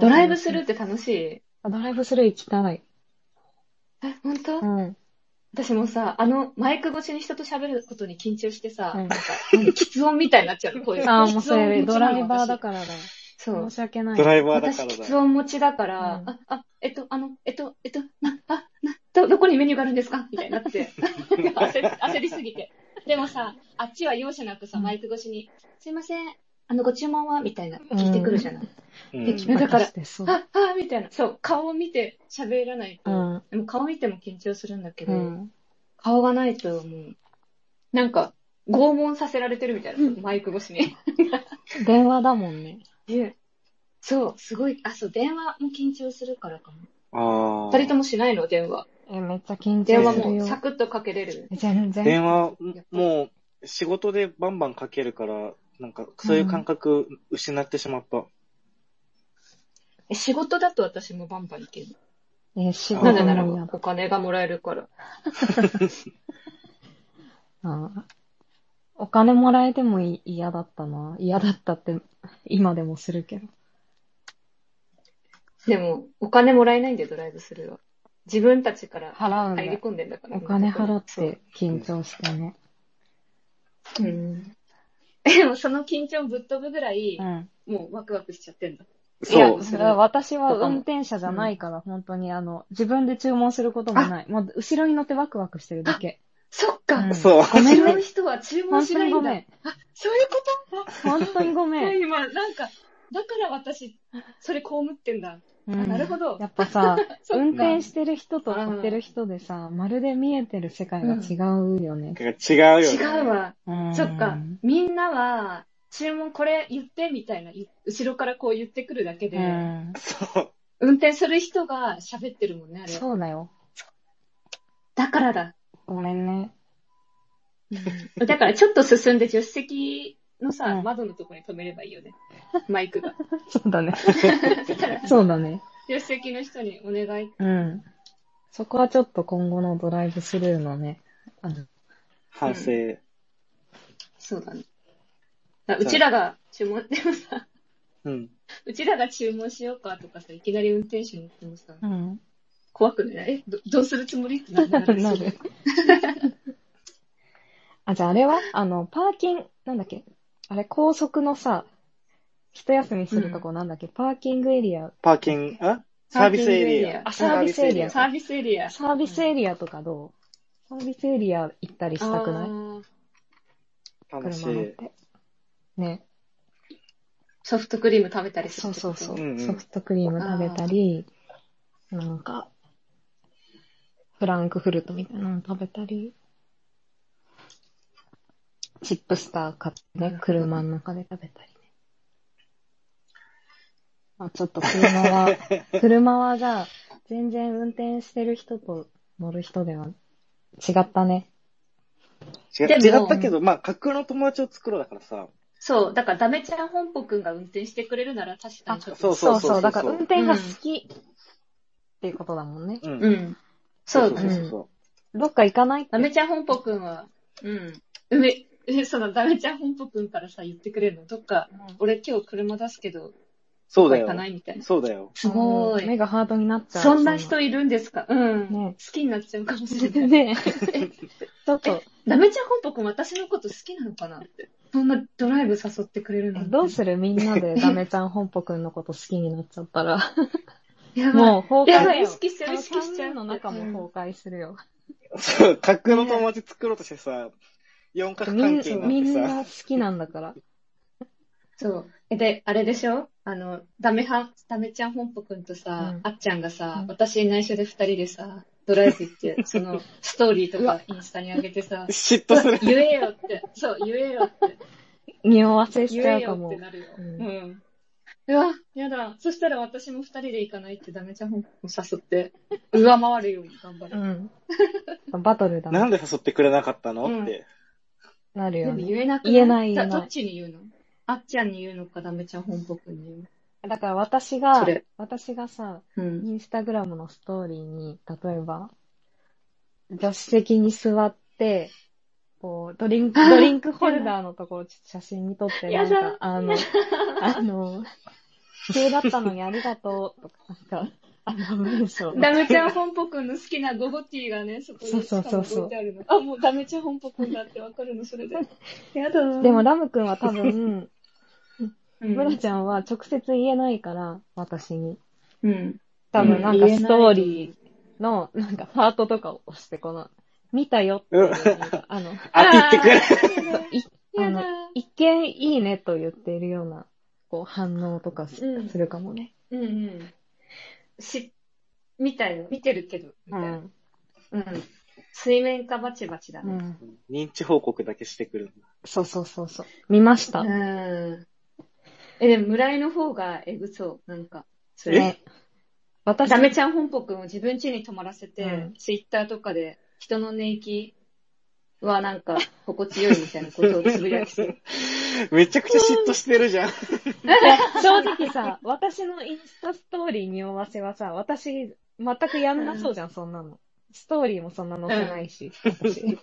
Speaker 3: ドライブす
Speaker 1: る
Speaker 3: るって楽しい。
Speaker 1: ドライブスルー行きたい。
Speaker 3: え、本当
Speaker 1: う？ん。
Speaker 3: 私もさ、あの、マイク越しに人と喋ることに緊張してさ、
Speaker 1: うん
Speaker 3: なんか、 喫音みたいになっちゃうの、こういう。
Speaker 1: ああ、もうそ
Speaker 3: 喫音
Speaker 1: れ、
Speaker 3: 持ち
Speaker 1: ド
Speaker 3: なの
Speaker 1: ライバーだ。からだ。
Speaker 3: 私そ
Speaker 1: 申。
Speaker 3: う
Speaker 1: し訳ない。
Speaker 2: ドライバーだ
Speaker 3: 私、
Speaker 2: からだ
Speaker 3: 喫。音持ちだから、
Speaker 1: うん
Speaker 3: あ、あ、えっと、あの、えっと、えっと、な、あ、な、ど、どこにメニューがあるんですかみたいになって。 焦り焦りすぎて。でもさ、あっちは容赦なくさ、
Speaker 1: うん
Speaker 3: マイク越しに、すいません、あの、ご注文はみたいな、聞いてくるじゃない。
Speaker 2: うん
Speaker 1: テキ
Speaker 3: うん
Speaker 1: パ
Speaker 3: だか
Speaker 1: キ
Speaker 3: ら
Speaker 1: してそう。
Speaker 3: あ、あ、みたいな。そう、顔を見て喋らないと。
Speaker 1: うん
Speaker 3: でも顔見ても緊張するんだけ
Speaker 1: う
Speaker 3: ど、
Speaker 1: ん。
Speaker 3: 顔がないともう、なんか、拷問させられてるみたいな、マイク越し に。
Speaker 1: 電話だもんね。
Speaker 3: でそう、すごい、あ、そう、電話も緊張するからかも。
Speaker 2: あ
Speaker 3: 二人と
Speaker 2: あ。
Speaker 3: もしないの、電話。
Speaker 1: え、めっちゃ緊
Speaker 3: 電話
Speaker 1: 張する
Speaker 3: も
Speaker 1: よ。
Speaker 3: サクッとかけれる。
Speaker 1: 全然。
Speaker 2: 電話、もう、仕事でバンバンかけるから、なんか、そういう感覚失ってしまった。
Speaker 3: え仕事だと私もバンバン行ける。
Speaker 1: え、仕
Speaker 2: あ
Speaker 1: 事
Speaker 3: なぜなら
Speaker 1: も
Speaker 3: ば
Speaker 1: や
Speaker 3: お金がもらえるから。
Speaker 1: あお金もらえてもい嫌だったな。嫌だったって、今でもするけど。
Speaker 3: でも、お金もらえないんで、ドライブスルーは。自分たちから
Speaker 1: 払うん
Speaker 3: 入り
Speaker 1: だ。
Speaker 3: 込んでんだから。
Speaker 1: お金払っ
Speaker 3: そう
Speaker 1: て緊張してね。
Speaker 3: うん。 でも、その緊張ぶっ飛ぶぐらい、
Speaker 1: ん。
Speaker 3: もうワクワクしちゃってんだ。いや
Speaker 2: そう。
Speaker 1: それは私は
Speaker 3: とかも
Speaker 1: 運転者じゃないから、本当にあの、自分で注文することもない。もう後ろに乗ってワクワクしてるだけ。
Speaker 3: そっ
Speaker 1: う
Speaker 3: か
Speaker 1: ん。
Speaker 2: そう。
Speaker 1: ごめん
Speaker 3: 後ろ
Speaker 1: ね
Speaker 3: の。人は注文
Speaker 1: 本
Speaker 3: し
Speaker 1: 当
Speaker 3: な
Speaker 1: に
Speaker 3: い
Speaker 1: ご
Speaker 3: ん
Speaker 1: め
Speaker 3: だ。
Speaker 1: ん。
Speaker 3: そういうこと
Speaker 1: 本当にごめん。
Speaker 3: 今、なんか、だから私、それ被ってんだ。
Speaker 1: うん
Speaker 3: なるほど
Speaker 1: やっぱ さ、
Speaker 3: そっか
Speaker 1: 運転してる人と乗ってる人でさ、まるで見えてる世界が違うよね。
Speaker 2: なんか違うよ、ね。
Speaker 3: 違う。わ。
Speaker 1: うん
Speaker 3: そっか。みんなは、注文これ言ってみたいな、ゆ後ろからこう言ってくるだけ
Speaker 1: う
Speaker 3: で、
Speaker 1: ん。
Speaker 2: そう。
Speaker 3: 運転する人が喋ってるもんね、あれ。
Speaker 1: そうだよ。
Speaker 3: だからだ。
Speaker 1: ごめんね。
Speaker 3: だからちょっと進んで助手席のさ、
Speaker 1: うん
Speaker 3: 窓のとこに止めればいいよね。マイクが。
Speaker 1: そうだね。
Speaker 3: だから、助
Speaker 1: そうだね。
Speaker 3: 手席の人にお願い。
Speaker 1: うん。そこはちょっと今後のドライブスルーのね、あの、
Speaker 2: 反省。
Speaker 3: そうだね。だうちらが注文、でもさ、
Speaker 2: うん。
Speaker 3: うちらが注文しようかとかさ、いきなり運転手に言ってもさ、
Speaker 1: うん。
Speaker 3: 怖くないえ、どどうするつもりってなる
Speaker 1: なる。 あ、じゃああれはあの、パーキング、なんだっけあれ、高速のさ、一休みするとこなんだっけ、パーキングエリア。
Speaker 2: パーキング、あサービスエリア。
Speaker 1: あサービスエリア
Speaker 3: サービスエリア。
Speaker 1: サービスエリアとかどう、サービスエリア行ったりしたくない
Speaker 3: い
Speaker 2: 楽し
Speaker 1: 車乗っ
Speaker 2: い。
Speaker 1: て。ね。
Speaker 3: ソフトクリーム食べたりす
Speaker 1: そ
Speaker 3: る
Speaker 1: う
Speaker 3: って
Speaker 1: そ
Speaker 3: こ
Speaker 1: う
Speaker 3: と。
Speaker 1: そう。
Speaker 2: うんうん
Speaker 1: ソフトクリーム食べたり、なんか、フランクフルトみたいなの食べたり、チップスター買ってね、車の中で食べたりね。まあちょっと車 は、車はじゃあ、全然運転してる人と乗る人では違ったね。
Speaker 2: 違
Speaker 3: でも
Speaker 2: 違ったけど、まあ、架空の友達を作ろうだからさ。
Speaker 3: そう、だからダメちゃん本舗くんが運転してくれるなら確かにちょっと。
Speaker 2: そうそうそうそう
Speaker 1: だから運転が好き、っていうことだもんね。
Speaker 2: うん。
Speaker 3: うん。そう
Speaker 2: そう
Speaker 3: だ
Speaker 2: そう
Speaker 3: ね。
Speaker 2: そうそう。
Speaker 1: どっか行かないって
Speaker 3: ダメちゃん本舗くんは、うん。上、 えそのダメちゃん本舗くんからさ、言ってくれるの。どっか、俺今日車出すけど、
Speaker 2: そ
Speaker 3: ど
Speaker 2: うだ
Speaker 3: っか行かな
Speaker 2: よ。
Speaker 3: いみたいな。
Speaker 2: そうだよ。
Speaker 3: すご
Speaker 1: 目
Speaker 3: い。
Speaker 1: がハートになっちゃう。
Speaker 3: そんな人いるんですかうん。
Speaker 1: ね
Speaker 3: 好きになっちゃうかもしれな い。
Speaker 1: で、ちょっと、
Speaker 3: ダメちゃん本舗くん私のこと好きなのかなって。そんなドライブ誘ってくれるの
Speaker 1: どうするみんなでダメちゃん本舗くんのこと好きになっちゃったら。
Speaker 3: やばい。
Speaker 1: もう崩
Speaker 3: や
Speaker 1: 壊
Speaker 3: ば
Speaker 1: だ
Speaker 3: い、意
Speaker 1: よ。
Speaker 3: 識して
Speaker 1: あ
Speaker 3: る、
Speaker 1: の
Speaker 3: 意識し
Speaker 1: 3
Speaker 3: ちゃう。
Speaker 1: 人の中も崩壊するよ。
Speaker 2: そう、架空の友達作ろうとしてさ、四角
Speaker 1: みん
Speaker 2: 関係
Speaker 1: み
Speaker 2: に
Speaker 1: ん
Speaker 2: なって
Speaker 1: な好きなんだから。
Speaker 3: そう。えで、あれでしょあの、ダメはん、ダメちゃん本舗くんとさ、
Speaker 1: う
Speaker 3: あっちゃんがさ、
Speaker 1: うん
Speaker 3: 私に内緒で二人でさ、ドライブ 行って、その、ストーリーと
Speaker 1: う
Speaker 3: か
Speaker 1: わ
Speaker 3: インスタに上げて
Speaker 2: さ、
Speaker 3: さ、
Speaker 2: 嫉妬する。
Speaker 3: 言えよって、そう、言えよって、
Speaker 1: 匂わせしち
Speaker 3: 言
Speaker 1: ゃう
Speaker 3: え
Speaker 1: か
Speaker 3: よっ
Speaker 1: も
Speaker 3: て。なるよ。
Speaker 1: う
Speaker 3: うんん。うわ、やだ。そしたら私も二人で行かないってダメじゃん。誘って、上回るように頑張る。
Speaker 1: うん。バトルだ
Speaker 2: な
Speaker 1: なん
Speaker 2: で誘ってくれなかったの、
Speaker 3: うん
Speaker 2: って。
Speaker 1: なる
Speaker 3: で
Speaker 1: よ
Speaker 3: も
Speaker 1: ね。
Speaker 3: 言えなく
Speaker 1: 言えない
Speaker 3: じゃあ
Speaker 1: 言えない
Speaker 3: どっちに言うのあっちゃんに言うのか、ダメちゃん本僕に言う
Speaker 1: だから私
Speaker 3: のそ
Speaker 1: が、
Speaker 3: れ。
Speaker 1: 私がさ、
Speaker 3: うん。
Speaker 1: インスタグラムのストーリーに、例えば、助手席に座って、こう、ドリ ンク、ドリンクホルダーのところをちょっと写真に撮って、な
Speaker 3: や
Speaker 1: ん
Speaker 3: だ
Speaker 1: か、あの、あの、急だったのにありがとう、とか、なんか、あの、文章。
Speaker 3: ダメちゃん本ぽくんの好きなゴゴティーがね、そこにしかも置いてあるの。あ、もうダメちゃん本ぽくんだってわかるの、そ れで。やだー
Speaker 1: でも、、ラム君は多分、
Speaker 3: うん
Speaker 1: ムラちゃんは直接言えないから、私に。
Speaker 3: うん。
Speaker 1: 多分、なん
Speaker 3: う
Speaker 1: か
Speaker 3: ん言えない
Speaker 1: ストーリーの、なんか、ハートとかを押して、この、見たよっていうの が、あの、
Speaker 2: あ、って言ってくれ。
Speaker 1: い
Speaker 3: や
Speaker 1: あ
Speaker 3: だ
Speaker 1: の、一見いいねと言っているような、こう、反応とかす,、
Speaker 3: うん
Speaker 1: るかもね。
Speaker 3: うんうん。し、見たよ。見てるけど。みたいな。うん。水面下バチバチだ
Speaker 1: う
Speaker 3: ね。
Speaker 1: ん
Speaker 2: 認知報告だけしてくるんだ。
Speaker 1: そうそうそうそう。見まし
Speaker 3: う
Speaker 1: た、
Speaker 3: ん。え、でも村井の方がえぐそう。なんか、それ。
Speaker 1: ね。私、
Speaker 3: ダメちゃん本舗くんを自分家に泊まらせて、
Speaker 1: うん
Speaker 3: ツイッターとかで人の寝息はなんか心地よいみたいなことをつぶやきそう。
Speaker 2: めちゃくちゃ嫉妬してるじゃん。
Speaker 1: 正直さ、私のインスタストーリー見合わせはさ、私、全くやんなそうじゃん、そんなの。ストーリーもそんな載せないし、私。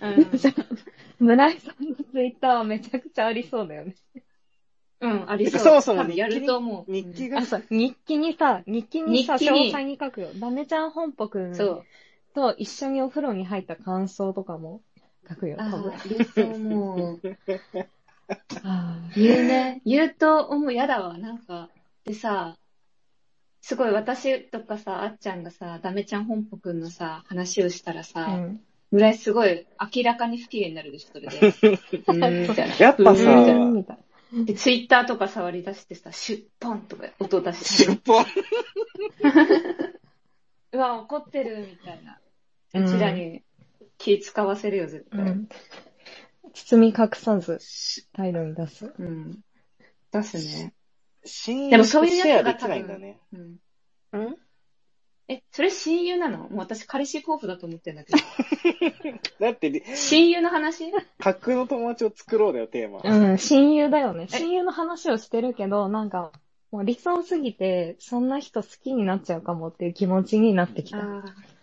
Speaker 1: 村井さんのツイッターはめちゃくちゃありそうだよね。
Speaker 3: うん、うん、ありそう。
Speaker 2: てかそもそも
Speaker 3: 多分やると思う。
Speaker 2: 日記
Speaker 1: あ、
Speaker 2: が、
Speaker 1: そう、日記にさ、日記にさ、
Speaker 3: 日記に
Speaker 1: 詳細に書くよ。ダメちゃん本舗く
Speaker 3: うんんそう。
Speaker 1: と一緒にお風呂に入った感想とかも書くよ、多分
Speaker 3: あ。あ、言うと思う。
Speaker 1: あー
Speaker 3: 言うね。言うと思う。やだわ。なんか、でさ、すごい私とかさ、あっちゃんがさ、ダメちゃん本舗くんのさ、話をしたらさ、
Speaker 1: うん
Speaker 3: 村井すごい明らかに不機嫌になるでしょ、それで。うーん、みたいな。
Speaker 2: やっぱさ
Speaker 3: うーんみたいな
Speaker 1: うんみたい
Speaker 3: で、ツイッターとか触り出してさ、シュッポンとか音出して、
Speaker 2: 出本。
Speaker 3: うわ、怒ってる、みたいな。
Speaker 1: うん
Speaker 3: うちらに気使わせるよ、絶
Speaker 1: なう
Speaker 3: 対。
Speaker 1: ん包み隠さず態度に出す。
Speaker 3: うん。出すね。
Speaker 2: 信
Speaker 3: で
Speaker 2: 用
Speaker 3: も
Speaker 2: シ
Speaker 3: そういう
Speaker 2: ェ
Speaker 3: や
Speaker 2: アで
Speaker 3: つが多
Speaker 2: きないんだ
Speaker 3: 分
Speaker 2: ね。、
Speaker 3: うん。
Speaker 2: うん
Speaker 3: え、それ親友なのもう私彼氏候補だと思ってんだけど。
Speaker 2: だってり、
Speaker 3: 親友の話
Speaker 2: 架空の友達を作ろうだよ、テーマ。
Speaker 1: うん、親友だよね。親友の話をしてるけど、なんか、もう理想すぎて、そんな人好きになっちゃうかもっていう気持ちになってき
Speaker 3: あ
Speaker 1: た。
Speaker 3: あ、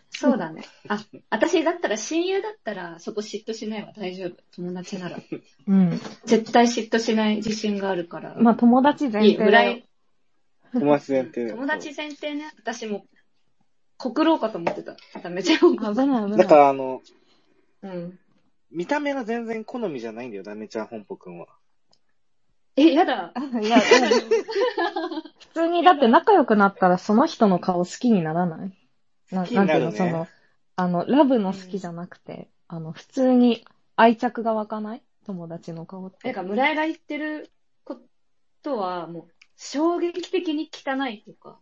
Speaker 3: そうだね。あ、私だったら、親友だったら、そこ嫉妬しないわ、大丈夫。友達なら。
Speaker 1: うん。
Speaker 3: 絶対嫉妬しない自信があるから。
Speaker 1: まあ、友達全
Speaker 3: いい、
Speaker 1: 提
Speaker 3: ぐ
Speaker 1: だ
Speaker 3: ら
Speaker 1: よ
Speaker 3: い。
Speaker 2: 友達前提
Speaker 3: 友達前提ね、私も、告ろうかと思ってた。ダメちゃ
Speaker 1: 危
Speaker 3: ん。
Speaker 1: ない危な
Speaker 2: だか
Speaker 1: い。
Speaker 2: ら、あの、
Speaker 3: うん。
Speaker 2: 見た目が全然好みじゃないんだよ、ダメちゃん本舗くんは。
Speaker 3: え、やだ。
Speaker 1: いや、うん普通にだって仲良くなったらその人の顔好きにならないな
Speaker 2: 好きになるね
Speaker 1: んていうの、その、あの、ラブの好きじゃなくて、あの、普通に愛着が湧かない友達の顔っ
Speaker 3: なん
Speaker 1: て。
Speaker 3: か、村井が言ってることは、もう、衝撃的に汚いとか、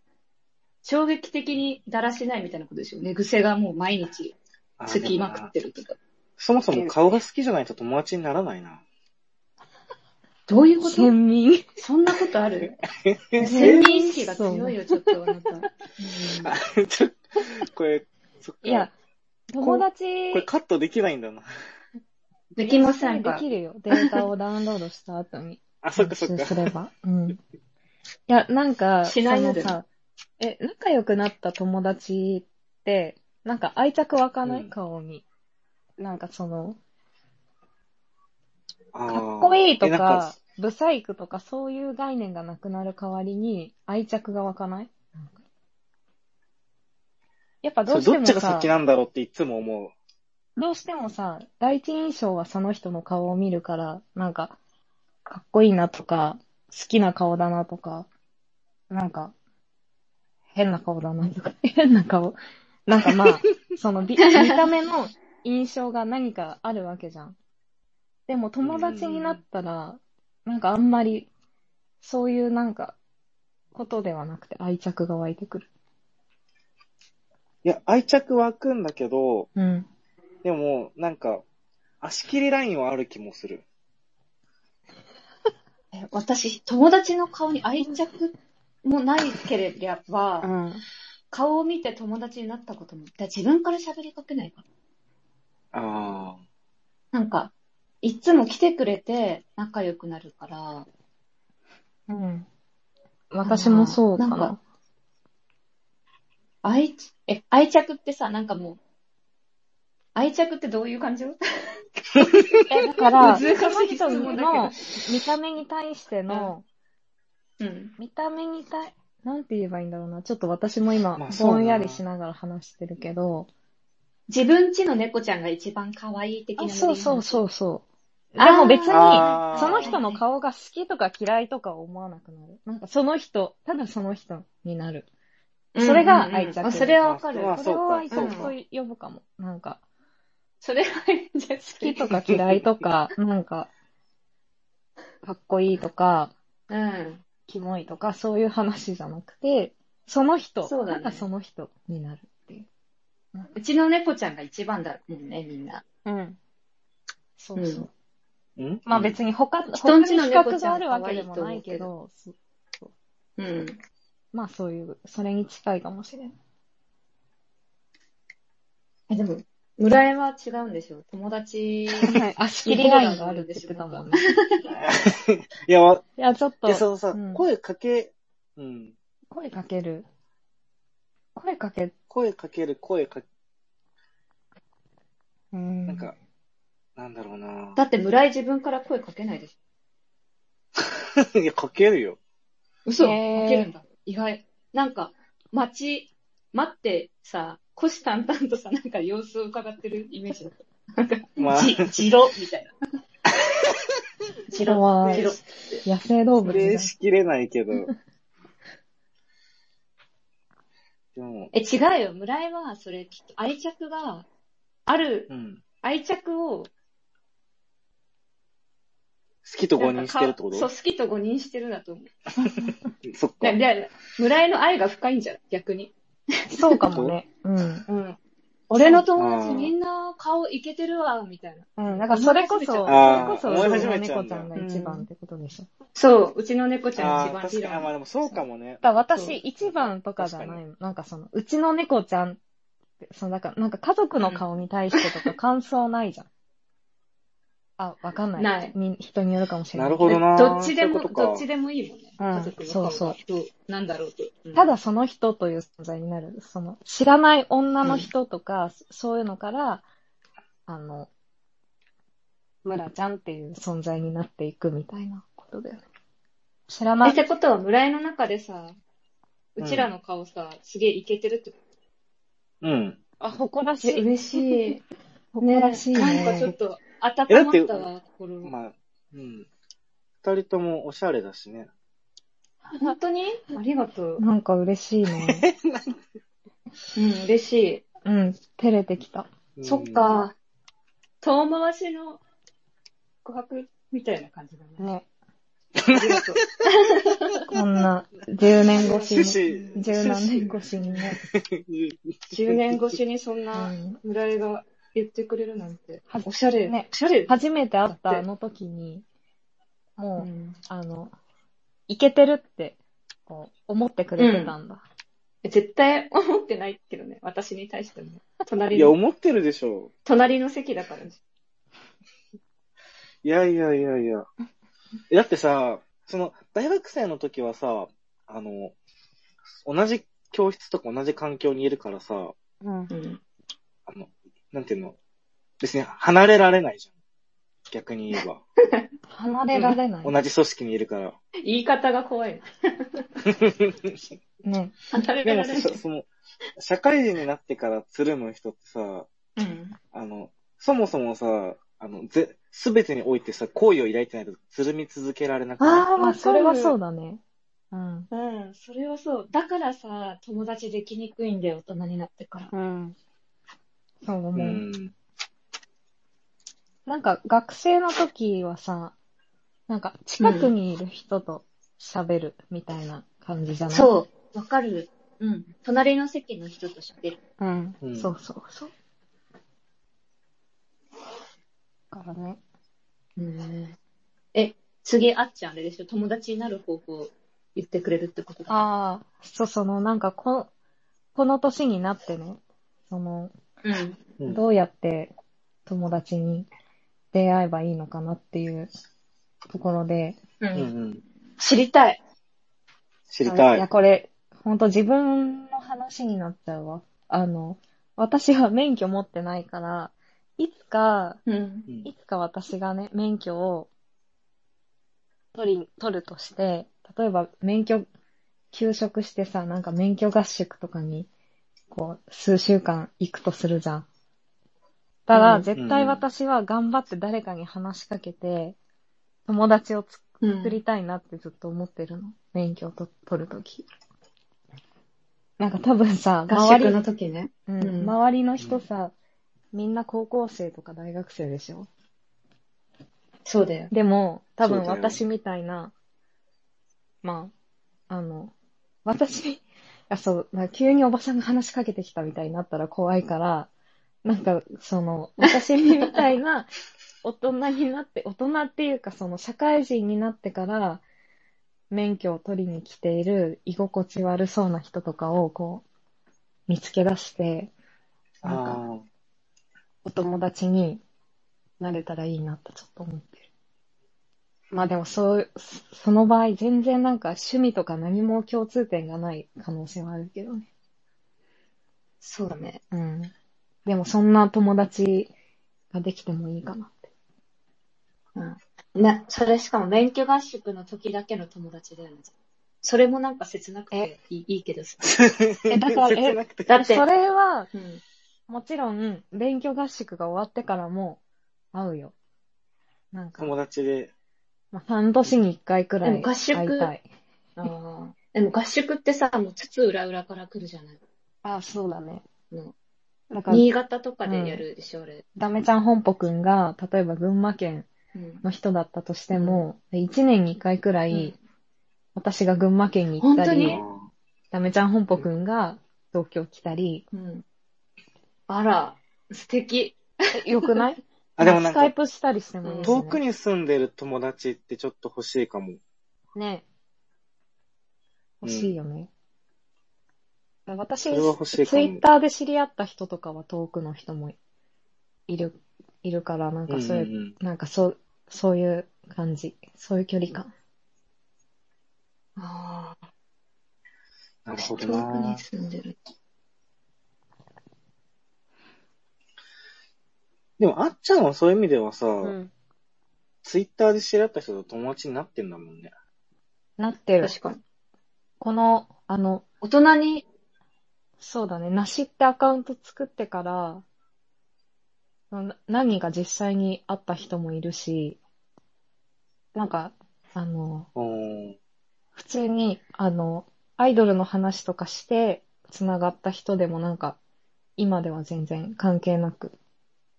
Speaker 3: 衝撃的にだらしないみたいなことでしょうね。癖がもう毎日
Speaker 2: あ
Speaker 3: つきま
Speaker 2: で
Speaker 3: く
Speaker 2: も
Speaker 3: っ
Speaker 2: な
Speaker 3: てるとか。
Speaker 2: そもそも顔が好きじゃないと友達にならない な。
Speaker 3: どういうこと
Speaker 1: 県民。
Speaker 3: そんなことある
Speaker 1: 先
Speaker 3: 先
Speaker 1: 民
Speaker 3: 民
Speaker 1: 意
Speaker 3: 意
Speaker 1: 識
Speaker 3: 識
Speaker 1: が
Speaker 3: が
Speaker 1: 強
Speaker 3: 強
Speaker 1: い
Speaker 3: いよ、ちょっとあなた。
Speaker 2: あちょっと、これ、そっか。
Speaker 1: いや、友達
Speaker 2: これカットできないんだな。
Speaker 3: できません
Speaker 1: で
Speaker 3: か
Speaker 1: きるよ。データをダウンロードした後に。
Speaker 2: あ、そっかそっ
Speaker 1: 編集す。
Speaker 2: か
Speaker 1: れば。うん。いや、なんか、
Speaker 3: しないよ
Speaker 1: そのさ、え、仲良くなった友達って、なんか愛着湧かない、
Speaker 2: うん
Speaker 1: 顔に。なんかその、
Speaker 2: あー
Speaker 1: かっこいいと
Speaker 2: えなん
Speaker 1: か、ブサイクとかそういう概念がなくなる代わりに愛着が湧かないやっぱど
Speaker 2: そうう
Speaker 1: して
Speaker 2: どっ
Speaker 1: も
Speaker 2: ちが
Speaker 1: さ
Speaker 2: 先、なんだろうっていつも思う。
Speaker 1: どうしてもさ、第一印象はその人の顔を見るから、なんか、かっこいいなとか、好きな顔だなとか、なんか、変な顔だなとか、 変な顔。なんかまあ、そ のび見た目の印象が何かあるわけじゃん。でも友達になったら、なんかあんまり、そういうなんか、ことではなくて愛着が湧いてくる。
Speaker 2: いや、愛着湧くんだけど、
Speaker 1: うん。
Speaker 2: でも、なんか、足切りラインはある気もする。
Speaker 1: え、
Speaker 3: 私、友達の顔に愛着もないければ、
Speaker 4: うん。
Speaker 3: 顔を見て友達になったことも、だから自分から喋りかけないから。
Speaker 2: あ
Speaker 3: なんか、いつも来てくれて仲良くなるから、
Speaker 1: うん。私もそうかな。
Speaker 3: なんか愛着、え、愛着ってさ、なんかもう、愛着ってどういう感情
Speaker 1: えだから、
Speaker 3: 難しい
Speaker 1: その
Speaker 3: 質
Speaker 1: 人
Speaker 3: 問だけど
Speaker 1: の見た目に対しての、
Speaker 3: うん。
Speaker 1: 見た目に対、なんて言えばいいんだろうな。ちょっと私も今
Speaker 2: まあ、そう
Speaker 1: ぼ
Speaker 2: だなん
Speaker 1: やりしながら話してるけど、
Speaker 3: 自分家の猫ちゃんが一番可愛い的なの
Speaker 1: あ
Speaker 3: で
Speaker 1: そうそう
Speaker 3: う。
Speaker 1: そうそう。
Speaker 3: あー
Speaker 1: でも別に、
Speaker 2: あー
Speaker 1: その人の顔が好きとか嫌いとか思わなくなる。なんかその人、ただその人になる。それが愛着
Speaker 3: あそれはわかる。
Speaker 2: あ
Speaker 1: こ
Speaker 2: そ
Speaker 1: れ
Speaker 2: うか
Speaker 1: を愛着
Speaker 3: そう
Speaker 1: と呼ぶかも。なんか、
Speaker 3: それは愛着好
Speaker 1: 好きとか嫌いと か、なんか、かっこいいとか、
Speaker 3: うん。
Speaker 1: キモいとか、そういう話じゃなくて、その人、
Speaker 3: そうだね
Speaker 1: ただその人になるっていう。
Speaker 3: うちの猫ちゃんが一番だもんね、みんな。
Speaker 4: うん。
Speaker 1: そうそう。
Speaker 3: うん
Speaker 2: あ。ん
Speaker 1: まあ別に他、他
Speaker 3: 人ん
Speaker 1: に
Speaker 3: ち
Speaker 1: 比
Speaker 3: の猫
Speaker 1: 較
Speaker 3: ち
Speaker 1: が
Speaker 3: ゃん
Speaker 1: あるわけでもないけど、そ
Speaker 3: うん。
Speaker 1: まあそういう、それに近いかもしれない。
Speaker 3: え、でも、村江は違うんでしょ 友達。
Speaker 4: はい。
Speaker 1: あ、仕切りラインがあるって言ってたもんね。
Speaker 2: いや、わ
Speaker 1: いや、ちょっと
Speaker 2: で、そのさ、
Speaker 1: うん
Speaker 2: 声かけ、うん。
Speaker 1: 声かける。声かけ、
Speaker 2: 声かける、声かけ、
Speaker 4: うん。
Speaker 2: なんか、なんだろうな
Speaker 3: だって村井自分から声かけないでし
Speaker 2: いや、かけるよ。
Speaker 3: ょ嘘か
Speaker 1: へー
Speaker 3: けるんだ。意外。なんか、待ち、待ってさ、虎視眈々とさ、なんか様子を伺ってるイメージだった。
Speaker 2: まあ、
Speaker 3: じ、じろ、みたいな。じろ、
Speaker 1: 怖い
Speaker 3: じろ。
Speaker 1: 野生動物
Speaker 2: プ
Speaker 1: じゃん
Speaker 2: レイしきれない けど。でも、
Speaker 3: え、違うよ。村井は、それ、きっと愛着が、ある、
Speaker 2: うん。
Speaker 3: 愛着を、
Speaker 2: 好きと誤認してるってこと
Speaker 3: なんかかそう、好きと誤認してるんだと思う。
Speaker 2: そっか
Speaker 3: だ。だ村井の愛が深いんじゃん、逆に。
Speaker 1: そうかもね。うん。
Speaker 3: うん。俺の友達
Speaker 2: あー
Speaker 3: みんな顔いけてるわ、みたいな。
Speaker 1: うん。だからそれこそ、それ
Speaker 2: あ
Speaker 1: こ
Speaker 2: ー
Speaker 1: そ、
Speaker 2: 思
Speaker 1: の
Speaker 2: い始めち
Speaker 1: 猫
Speaker 2: ゃうん
Speaker 1: ち
Speaker 2: だ
Speaker 1: ゃんが一番ってことでしょ。
Speaker 3: そう、うちの猫ちゃん
Speaker 2: あ
Speaker 3: 一
Speaker 2: あ、
Speaker 3: 番
Speaker 2: 確かに。あまあ
Speaker 3: に。
Speaker 2: でもそうかもね。
Speaker 1: だから私、一番とかじゃないの。なんかその、うちの猫ちゃんって、その、だから、なんか家族の顔に対してとか感想ないじゃん。あ、わかんない。
Speaker 3: ない
Speaker 1: み人によるかもしれない。
Speaker 2: なるほどな
Speaker 3: どっちでも、
Speaker 2: そういうことか
Speaker 3: どっちでもいいもんね。
Speaker 4: うん
Speaker 3: 家族の顔が
Speaker 1: そう
Speaker 3: どなんだろうと。うん
Speaker 1: ただ、その人という存在になる。その、知らない女の人とか、そそういうのから、あの、村ちゃんっていう存在になっていくみたいなことだよね。知らない
Speaker 3: えっ。てことは、村井の中でさ、うちらの顔さ、すげえいけてるってこ
Speaker 2: うん。
Speaker 1: あ、誇らし
Speaker 3: と。
Speaker 1: い。
Speaker 3: 嬉しい。
Speaker 1: 誇らしい
Speaker 3: なんかちょっ
Speaker 1: ね。
Speaker 3: と、
Speaker 2: えだ
Speaker 3: 温
Speaker 2: っ
Speaker 3: ま
Speaker 2: て
Speaker 3: ったわ、心が。
Speaker 2: まあ、うん。二人ともおしゃれだしね。
Speaker 3: 本当にありがとう。
Speaker 1: なんか嬉しいね。
Speaker 3: うん、嬉しい。
Speaker 1: うん、照れてきた。
Speaker 2: うん
Speaker 3: そっ。か。遠回しの告白みたいな感じだね。
Speaker 1: ね。
Speaker 3: ありがとう。
Speaker 1: こんな、10年越 し
Speaker 2: 趣
Speaker 1: に、
Speaker 2: 旨、
Speaker 1: 10何年越しにね。
Speaker 3: 10年越しにそ ん
Speaker 1: う
Speaker 3: な、
Speaker 1: ん
Speaker 3: 村井が言ってくれるなんて
Speaker 1: は。
Speaker 3: おしゃれ。
Speaker 1: ね
Speaker 3: おしゃれ。
Speaker 1: 初めて会ったあの時に、もう、
Speaker 3: うん
Speaker 1: あの、いけてるって、こう、思ってくれてたんだ。
Speaker 3: 絶対思ってないけどね、私に対してもね。
Speaker 2: い
Speaker 3: 隣
Speaker 2: や、
Speaker 3: の、
Speaker 2: 思ってるでしょ。
Speaker 3: 隣の席だからね。
Speaker 2: いやいやいやい や。えだってさ、その、大学生の時はさ、あの、同じ教室とか同じ環境にいるからさ、
Speaker 4: うん。
Speaker 3: うん。
Speaker 2: あの、なんていうの、別に離れられないじゃん。逆に言えば。
Speaker 1: 離れられない。
Speaker 2: 同じ組織にいる から。
Speaker 3: 言い方が怖い。
Speaker 1: ね。
Speaker 3: 離れ
Speaker 2: で
Speaker 3: ら
Speaker 2: も
Speaker 3: れない
Speaker 2: そ、。その、社会人になってからつるむ人ってさ、
Speaker 3: うん。
Speaker 2: あの、そもそもさ、あの、ぜ、すべてにおいてさ、好意を抱いてないとつるみ続けられなくな
Speaker 1: ああ、
Speaker 3: わか
Speaker 1: まあ、
Speaker 3: る
Speaker 1: それはそうだね。うん。
Speaker 3: うん、それはそう。だからさ、友達できにくいんだよ、大人になってから。
Speaker 4: うん。
Speaker 1: そう思う。
Speaker 2: る。うん。
Speaker 1: なんか、学生の時はさ、なんか、近くにいる人と喋るみたいな感じじゃない、
Speaker 3: そう、わかる。うん。隣の席の人と喋る。
Speaker 4: うん。
Speaker 2: うん、
Speaker 1: そうそうそう。
Speaker 4: からね。
Speaker 3: うん。え、次、あっちゃんあれでしょ、友達になる方法を言ってくれるってことだ。
Speaker 1: ああ、そう、その、なんかこ、この年になってね、その、
Speaker 3: うん。
Speaker 2: うん
Speaker 1: どうやって友達に出会えばいいのかなっていうところで、
Speaker 3: う
Speaker 2: うん
Speaker 3: ん。
Speaker 2: うん。
Speaker 3: 知りたい。
Speaker 2: 知りた
Speaker 1: や、
Speaker 2: い。
Speaker 1: これ、ほんと自分の話になっちゃうわ。あの、私は免許持ってないから、いつか、
Speaker 3: うん。
Speaker 2: うん
Speaker 1: いつか私がね、免許を取り、取るとして、例えば免許、休職してさ、なんか免許合宿とかに、こう、数週間行くとするじゃん。ただ、
Speaker 3: うん
Speaker 1: 絶対私は頑張って誰かに話しかけて、友達を
Speaker 3: う
Speaker 1: 作
Speaker 3: ん。
Speaker 1: りたいなってずっと思ってるの。免許をと取るとき。なんか多分さ、
Speaker 3: 合
Speaker 1: 周
Speaker 3: 宿
Speaker 1: り
Speaker 3: の時ね。
Speaker 1: うん
Speaker 3: うん
Speaker 1: 周りの人さ、みんな高校生とか大学生でしょ
Speaker 3: そうだよ。
Speaker 1: でも、多
Speaker 2: そ
Speaker 1: 分
Speaker 2: うだよ
Speaker 1: 私みたいな、まあ、あの、私、 あそう、まあ、急におばさんが話しかけてきたみたいになったら怖いから、なんか、その、私みたい な大人になって、大人っていうか、その、社会人になってから、免許を取りに来ている居心地悪そうな人とかを、こう、見つけ出して、
Speaker 2: あ
Speaker 1: なんか、
Speaker 2: ー
Speaker 1: お友達になれたらいいなってちょっと思ってる。まあでもそう、そその場合全然なんか趣味とか何も共通点がない可能性はあるけどね。
Speaker 3: そうだね。
Speaker 1: うん。でもそんな友達ができてもいいかなって。
Speaker 3: な、それしかも免許合宿の時だけの友達だよね。それもなんか切なくていいいいけどさ。
Speaker 1: えだ からえ
Speaker 2: 切なくて
Speaker 3: だって、
Speaker 1: それは、
Speaker 3: うん。
Speaker 1: もちろん、勉強合宿が終わってからも会うよ。なんか、
Speaker 2: 友達で。
Speaker 1: まあ、半年に一回くら
Speaker 3: で
Speaker 1: い
Speaker 3: も合
Speaker 1: 会い
Speaker 3: 宿
Speaker 1: たい。
Speaker 3: ああ。でも合宿ってさ、もうつつ裏裏から来るじゃない。
Speaker 1: ああ、そうだね。
Speaker 3: うん
Speaker 1: なんか、
Speaker 3: 新潟とかでやるでしょ、俺。
Speaker 1: ダメちゃん本舗くんが、例えば群馬県
Speaker 3: うん。
Speaker 1: の人だったとしても、1年に1回くらい、私が群馬県に行った
Speaker 3: 本当
Speaker 1: り
Speaker 3: に、
Speaker 1: ダメちゃん本舗くんが東京来たり、
Speaker 3: うん。あら、素敵。
Speaker 1: えよく ない
Speaker 2: あ、でもなん
Speaker 1: スカイ
Speaker 2: か、
Speaker 1: プしたりしてもいい、ね。
Speaker 2: 遠くに住んでる友達ってちょっと欲しいかも。
Speaker 1: ね。
Speaker 2: うん
Speaker 1: 欲しいよね。私、
Speaker 2: それは欲し
Speaker 1: ツイ
Speaker 2: いかも
Speaker 1: ッターで知り合った人とかは遠くの人もいる、いるから、なんかそういう、
Speaker 2: うんうんうん
Speaker 1: なんかそう、そういう感じ。そういう距離感。
Speaker 3: ああ。
Speaker 2: なる
Speaker 3: 遠
Speaker 2: ほ
Speaker 3: く
Speaker 2: どな
Speaker 3: に。住んでる。
Speaker 2: でも、あっちゃんはそういう意味ではさ、
Speaker 1: うん。
Speaker 2: ツイッターで知り合った人と友達になってんだもんね。
Speaker 1: なってる。
Speaker 3: 確かに。
Speaker 1: この、あの、
Speaker 3: 大人に、
Speaker 1: そうだね、梨ってアカウント作ってから、な何が実際に会った人もいるし、なんか、あの、
Speaker 2: うん。
Speaker 1: 普通に、あの、アイドルの話とかして、繋がった人でもなんか、今では全然関係なく、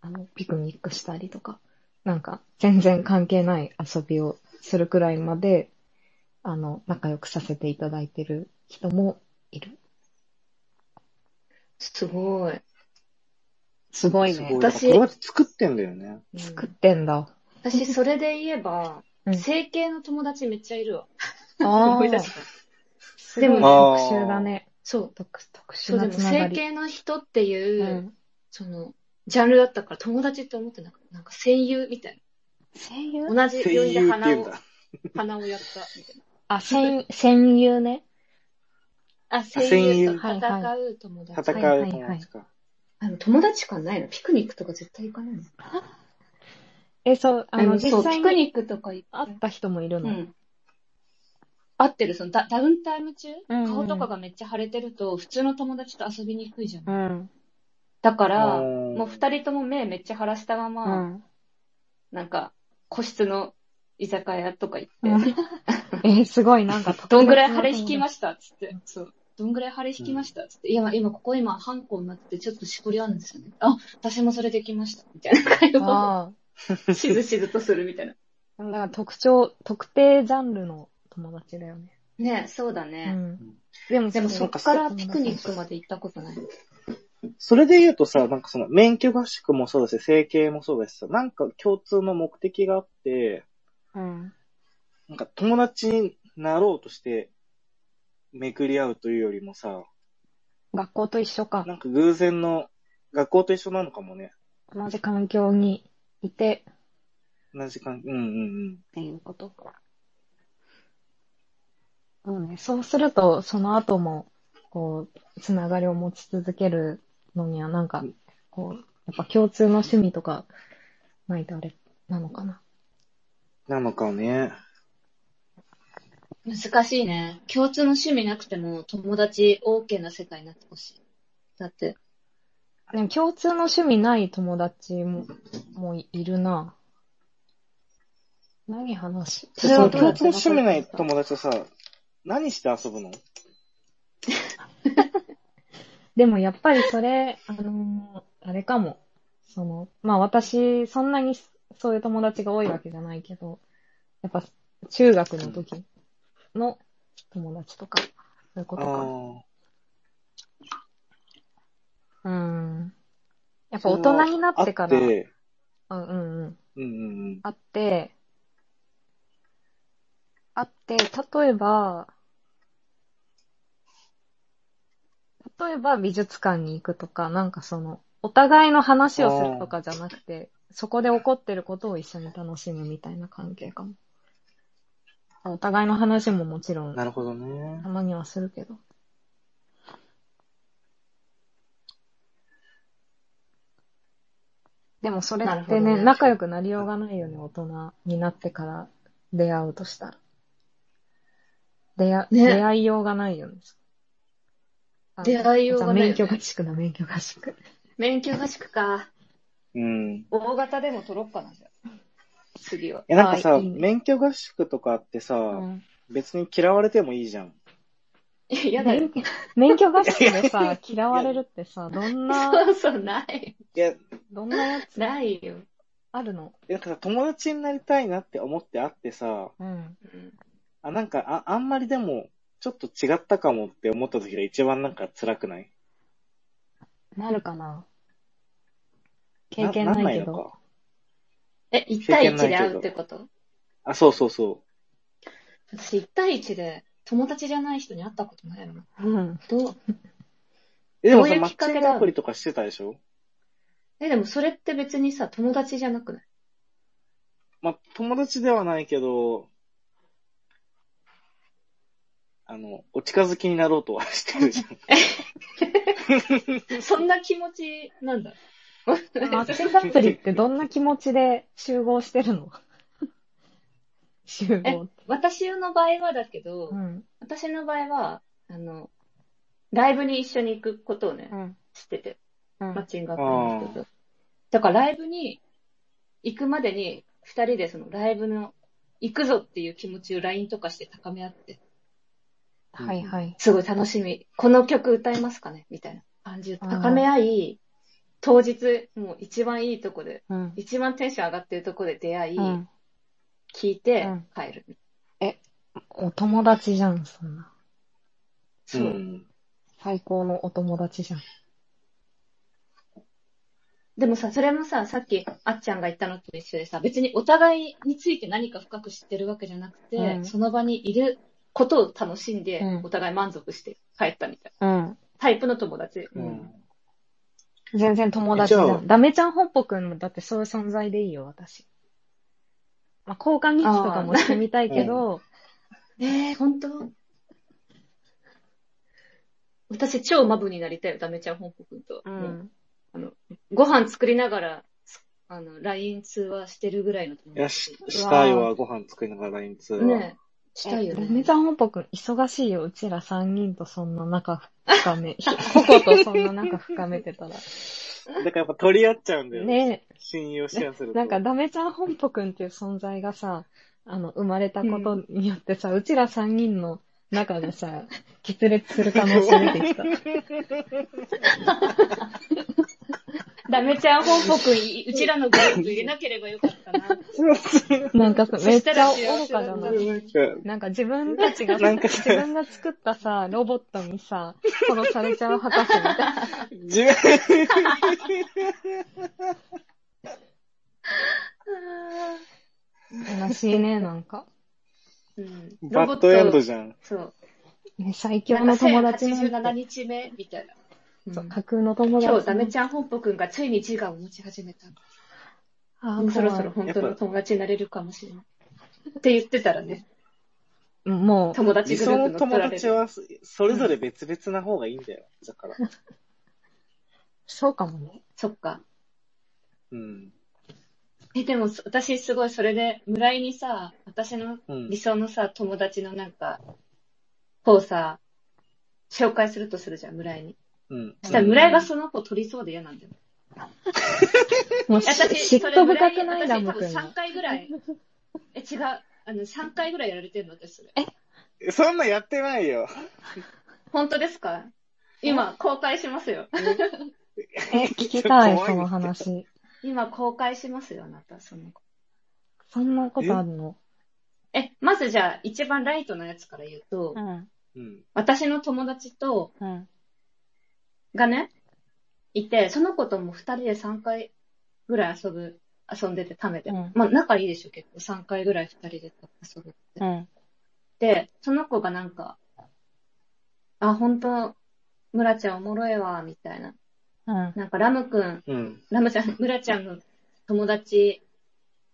Speaker 1: あの、ピクニックしたりとか、なんか、全然関係ない遊びをするくらいまで、あの、仲良くさせていただいてる人もいる。
Speaker 3: すごい。
Speaker 1: すごい
Speaker 2: す
Speaker 1: ね
Speaker 2: ごい。。
Speaker 3: 私
Speaker 2: これは作ってんだよね。
Speaker 1: 作ってんだ。
Speaker 3: 私、それで言えば
Speaker 1: う、ん
Speaker 3: 整形の友達めっちゃいるわ。
Speaker 1: あ
Speaker 3: 思い出
Speaker 1: あ、
Speaker 3: した。
Speaker 1: すごい
Speaker 3: で
Speaker 2: も
Speaker 1: 特集だね。
Speaker 3: そう。
Speaker 1: 特特
Speaker 3: そ
Speaker 1: 殊
Speaker 3: う、で
Speaker 1: なつ
Speaker 3: も、
Speaker 1: なが
Speaker 3: 整
Speaker 1: り。
Speaker 3: 形の人っていう、
Speaker 1: うん
Speaker 3: その、ジャンルだったから友達って思ってなかった。なんか声優みたい
Speaker 1: 声優
Speaker 3: な。同じ
Speaker 2: 声
Speaker 3: 病院で
Speaker 2: 優って
Speaker 3: 鼻
Speaker 2: 言うん
Speaker 3: を
Speaker 2: だ、。
Speaker 3: 鼻をやったみたいな。
Speaker 1: あ、戦、戦友ね。
Speaker 3: あ、
Speaker 2: 声
Speaker 3: 声優
Speaker 2: 優
Speaker 3: と戦う友達。
Speaker 2: 戦う友達か。
Speaker 3: あの友達感ないのピクニックとか絶対行かないの
Speaker 1: え、そう、あの、実際
Speaker 3: ピク
Speaker 1: に
Speaker 3: ニックとか行っ
Speaker 1: 会った人もいる
Speaker 3: う
Speaker 1: の。
Speaker 3: ん。合ってる、そのダダウンタイム中、
Speaker 1: うんうん
Speaker 3: 顔とかがめっちゃ腫れてると、普通の友達と遊びにくいじゃない、
Speaker 1: ん。
Speaker 3: だから、
Speaker 2: うん
Speaker 3: もう二人とも目めっちゃ腫らしたま
Speaker 1: う
Speaker 3: ま、
Speaker 1: ん。
Speaker 3: なんか、個室の居酒屋とか行って、
Speaker 1: え、すごい、なん か、
Speaker 3: どんぐらい腫れ引きま
Speaker 1: し
Speaker 3: したっつって。そう。どんぐらい腫れ引きましたっつって。いや、今ここ今、ハンコになってて、ちょっとしこりあるんですよね。あ、私もそれできました。みたいな会話
Speaker 1: あ
Speaker 3: を、しずしずとするみたいな。
Speaker 1: あ。なんか特徴、特定ジャンルの友達だよね。
Speaker 3: ねそうだ
Speaker 1: う
Speaker 3: ね。
Speaker 1: ん。でも、
Speaker 3: でもそ
Speaker 1: そ
Speaker 3: っ
Speaker 1: う
Speaker 3: からピクニックまで行ったことない。
Speaker 2: それで言うとさ、なんかその免許合宿もそうだし、整形もそうだしさ、なんか共通の目的があって、
Speaker 1: うん。
Speaker 2: なんか友達になろうとして、巡り合うというよりもさ、
Speaker 1: 学校と一緒か。
Speaker 2: なんか偶然の、学校と一緒なのかもね。
Speaker 1: 同じ環境にいてっ
Speaker 2: 同じ感うんうんうん。
Speaker 1: ていうこと。うんね、そうすると、その後も、こう、つながりを持ち続けるのには、なんか、こう、やっぱ共通の趣味とか、ないとあれ、なのかな。
Speaker 2: なのかね。
Speaker 3: 難しいね。共通の趣味なくても友達 OK な世界になってほしい。だって、
Speaker 1: でも共通の趣味ない友達ももいいるな。何話し
Speaker 3: それはどう
Speaker 2: 共
Speaker 3: やっ
Speaker 2: 通の趣味ない友達とさ、何して遊ぶの
Speaker 1: でもやっぱりそれ、あのーあれかも。その、まあ私、そんなにそういう友達が多いわけじゃないけど、やっぱ中学の時の友達とか、そういうことか。
Speaker 2: あ
Speaker 1: うん。やっ
Speaker 2: あ
Speaker 1: ぱ大人になってから、
Speaker 2: あっ
Speaker 1: うん
Speaker 2: て、
Speaker 1: うんうん。
Speaker 2: うんうんうん。
Speaker 1: あって、あって、例えば、例えば美術館に行くとか、なんかその、お互いの話をするとかじゃなくて、そこで起こってることを一緒に楽しむみたいな関係かも。お互いの話ももちろん、
Speaker 2: な
Speaker 1: た
Speaker 2: るほどね。
Speaker 1: まにはするけど。でもそれ
Speaker 3: なる
Speaker 1: っ
Speaker 3: ほど
Speaker 1: てね、
Speaker 3: ね
Speaker 1: 仲良くなりようがないよね、大人になってから出会うとしたら。出会、
Speaker 3: ね
Speaker 1: 出会いようがないよね。あ
Speaker 3: 出会いようがないよね
Speaker 1: 免許合宿だ、免許合宿。
Speaker 3: 免許合宿か。
Speaker 2: うん。
Speaker 3: 大型でも取ろっかな、じゃあ次は。
Speaker 2: え、なんか
Speaker 1: あ
Speaker 2: さ、
Speaker 1: いいね
Speaker 2: 免許合宿とかってさ、
Speaker 1: うん
Speaker 2: 別に嫌われてもいいじゃん。
Speaker 3: いや、やだよ。
Speaker 1: 免許合宿で さ、嫌われるってさ、どんな、
Speaker 3: そうそう、ない。
Speaker 2: いや、
Speaker 1: どんなやつ
Speaker 3: ないよ。
Speaker 1: あるの
Speaker 2: なんかさ、友達になりたいなって思って会ってさ、
Speaker 1: うん。
Speaker 3: うん
Speaker 2: あ、なんか、あ、あんまりでも、ちょっと違ったかもって思った時が一番なんか辛くない
Speaker 1: なるかな経験ないけ
Speaker 2: んの
Speaker 1: ど。
Speaker 2: か。
Speaker 3: え、1対1で会うってこと
Speaker 2: あ、そうそうそ
Speaker 3: 私1対1で友達じゃない人に会ったことないの。
Speaker 1: うん。
Speaker 3: どう
Speaker 2: う。え、でも
Speaker 3: ど
Speaker 2: さ、
Speaker 3: ういう
Speaker 2: マッ
Speaker 3: きっか
Speaker 2: チ
Speaker 3: け
Speaker 2: ン
Speaker 3: だ
Speaker 2: グアプリとかしてたでしょ
Speaker 3: え、でもそれって別にさ、友達じゃなくない
Speaker 2: まあ、友達ではないけど、あの、お近づきになろうとはしてるじゃん。
Speaker 3: そんな気持ちなんだ。
Speaker 1: マッチングアプリってどんな気持ちで集合してる の集合って。
Speaker 3: 私の場合はだけど、
Speaker 1: うん。
Speaker 3: 私の場合は、あの、ライブに一緒に行くことをね、
Speaker 1: うん。
Speaker 3: してて、
Speaker 1: う
Speaker 3: マッ
Speaker 1: ん。
Speaker 3: チングアプリの人と。だからライブに行くまでに、二人でそのライブの、行くぞっていう気持ちを LINE とかして高め合って、
Speaker 1: はいはい。
Speaker 3: すごい楽しみ。この曲歌えますかねみたいな感じで高め合い、当日、もう一番いいとこで、
Speaker 1: うん。
Speaker 3: 一番テンション上がってるとこで出会い、
Speaker 1: うん
Speaker 3: 聞いて
Speaker 1: うん
Speaker 3: 帰る。
Speaker 1: お友達じゃん、そんな。
Speaker 3: そう。
Speaker 2: うん。
Speaker 1: 最高のお友達じゃん。
Speaker 3: でもさ、それもさ、さっきあっちゃんが言ったのと一緒でさ、別にお互いについて何か深く知ってるわけじゃなくて、
Speaker 1: うん
Speaker 3: その場にいることを楽しんで、
Speaker 1: うん
Speaker 3: お互い満足して帰ったみたいな。
Speaker 1: うん。
Speaker 3: タイプの友達。
Speaker 2: うん。
Speaker 1: 全然友達じゃ
Speaker 2: じゃあ
Speaker 1: ん。ダメちゃん本舗くんもだってそういう存在でいいよ、私。まあ、交換日記とかもしてみたいけど、
Speaker 3: えー、本当私超マブになりたいよ、ダメちゃん本国と。
Speaker 1: う。
Speaker 3: もうんあのご飯作りながら、あの、LINE 通話してるぐらいの友
Speaker 2: いや、
Speaker 3: 達
Speaker 2: し。したいわ、ご飯作りながら LINE 通話。
Speaker 3: ねえ、したいよ
Speaker 1: えダメ
Speaker 3: ね
Speaker 1: ち。ゃん本舗くん忙しいよ、うちら3人とそんな仲深め、個々とそんな仲深めてた ら。
Speaker 2: だからやっぱ取り合っちゃうんだよ。
Speaker 1: ねえ。
Speaker 2: 信用シェアすると。
Speaker 1: なんか、ダメちゃん本舗くんっていう存在がさ、あの、生まれたことによってさ、うちら三人の中がさ、決裂する可能性出てき た。
Speaker 3: ダメちゃん本国、いうちらのグループ入れなければよかっ たな。
Speaker 1: なんかさ、
Speaker 3: そ
Speaker 1: めっ
Speaker 3: し
Speaker 1: ち
Speaker 3: た
Speaker 1: ゃ
Speaker 3: ら
Speaker 1: 愚かだな
Speaker 3: 幸せだっ
Speaker 2: なんか、
Speaker 3: た。
Speaker 1: なんか自分たちが、
Speaker 2: なんか
Speaker 1: 自分が作ったさ、ロボットにさ、殺されちゃう博士みたいな。
Speaker 2: 自分、
Speaker 1: 悲しいね、なんか。
Speaker 3: うん。
Speaker 2: バッドエンドじゃん。
Speaker 3: そう。
Speaker 1: ね、最強の友達なん
Speaker 3: なんか
Speaker 1: だ。
Speaker 3: 1087日目みたいな。うん
Speaker 1: そう架空の友達。
Speaker 3: 今日、ダメちゃん本舗くんがついに自我を持ち始めた。
Speaker 1: あー
Speaker 3: もうそろそろ。本当の友達になれるかもしれない。って言ってたらね、
Speaker 1: 怖いうんも
Speaker 3: 友達
Speaker 2: 理
Speaker 3: グル
Speaker 2: 想
Speaker 3: ープ
Speaker 2: の
Speaker 3: 乗っ取
Speaker 2: 友
Speaker 3: られ
Speaker 2: 達
Speaker 3: る。
Speaker 2: は、そそれぞれ別々な方がいいんだよ。だから。
Speaker 1: う、そうかもね。
Speaker 3: そっか。
Speaker 2: うん。
Speaker 3: え、でもそ私すごいそれで、村井にさ、私の
Speaker 2: うん
Speaker 3: 理。想のさ、友達のなんか、子をさ、紹介するとするじゃん、村井に。
Speaker 2: うん。
Speaker 3: そしたら村井がその子取りそうで嫌なんだよ。
Speaker 1: もう、し
Speaker 3: 私、
Speaker 1: 嫉
Speaker 3: それ
Speaker 1: 妬
Speaker 3: 村
Speaker 1: 深く
Speaker 3: 井
Speaker 1: ないラ
Speaker 3: 私
Speaker 1: ム
Speaker 3: 多分
Speaker 1: 君は
Speaker 3: 3。回ぐらい。え、違う。あの、3回ぐらいやられてるの、私それ。
Speaker 2: そんなやってないよ。
Speaker 3: 本当ですか今、公開しますよ。
Speaker 1: え、聞きたい、
Speaker 2: 怖
Speaker 1: そ
Speaker 2: い
Speaker 1: の話。
Speaker 3: 今、公開しますよ、あなた、その子。
Speaker 1: そんなことあるの
Speaker 3: え、まずじゃあ、一番ライトなやつから言うと、
Speaker 1: ん。
Speaker 2: うん。
Speaker 3: 私の友達と、
Speaker 1: うん。
Speaker 3: がね、いて、その子とも二人で3回ぐらい遊ぶ、遊んでて、貯めて。
Speaker 1: うん
Speaker 3: まあ、仲いいでしょ、結構。3回ぐらい二人で遊ぶって。
Speaker 1: ん。
Speaker 3: で、その子がなんか、あ、本当村ちゃんおもろいわ、みたいな。
Speaker 1: うん。
Speaker 3: なんか、ラムくん、
Speaker 2: うん。
Speaker 3: ラムちゃん、 村ちゃんの友達、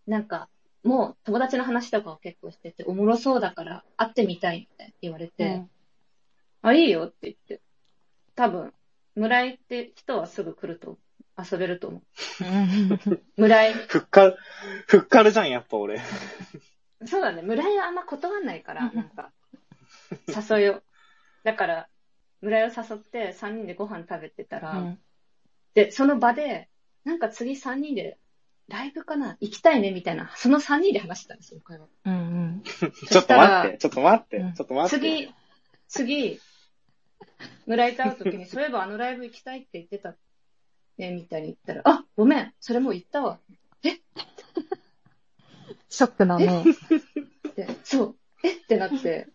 Speaker 3: なんか、もう友達の話とかを結構してて、おもろそうだから会ってみたいって言われて、あ、いいよって言って。多分、村井って人はすぐ来ると思う、遊べると思う。村井、
Speaker 2: ふっかる、ふっかるじゃん、やっぱ俺。
Speaker 3: そうだね、村井はあんま断んないから、なんか、誘いを。だから、村井を誘って3人でご飯食べてたら、で、その場で、なんか次3人で、ライブかな行きたいねみたいな、その3人で話してたんですよ、会話。
Speaker 1: うん。
Speaker 2: ちょっと待っ
Speaker 3: そ
Speaker 2: て、ちょっと待っ
Speaker 1: うん
Speaker 2: て、ちょっと待って。
Speaker 3: 次、次、村井と会うときに、そういえばあのライブ行きたいって言ってたね、みたいに言ったら、あ、ごめん、それもう言ったわ
Speaker 1: ショックだね。
Speaker 3: って、そう、えってなって、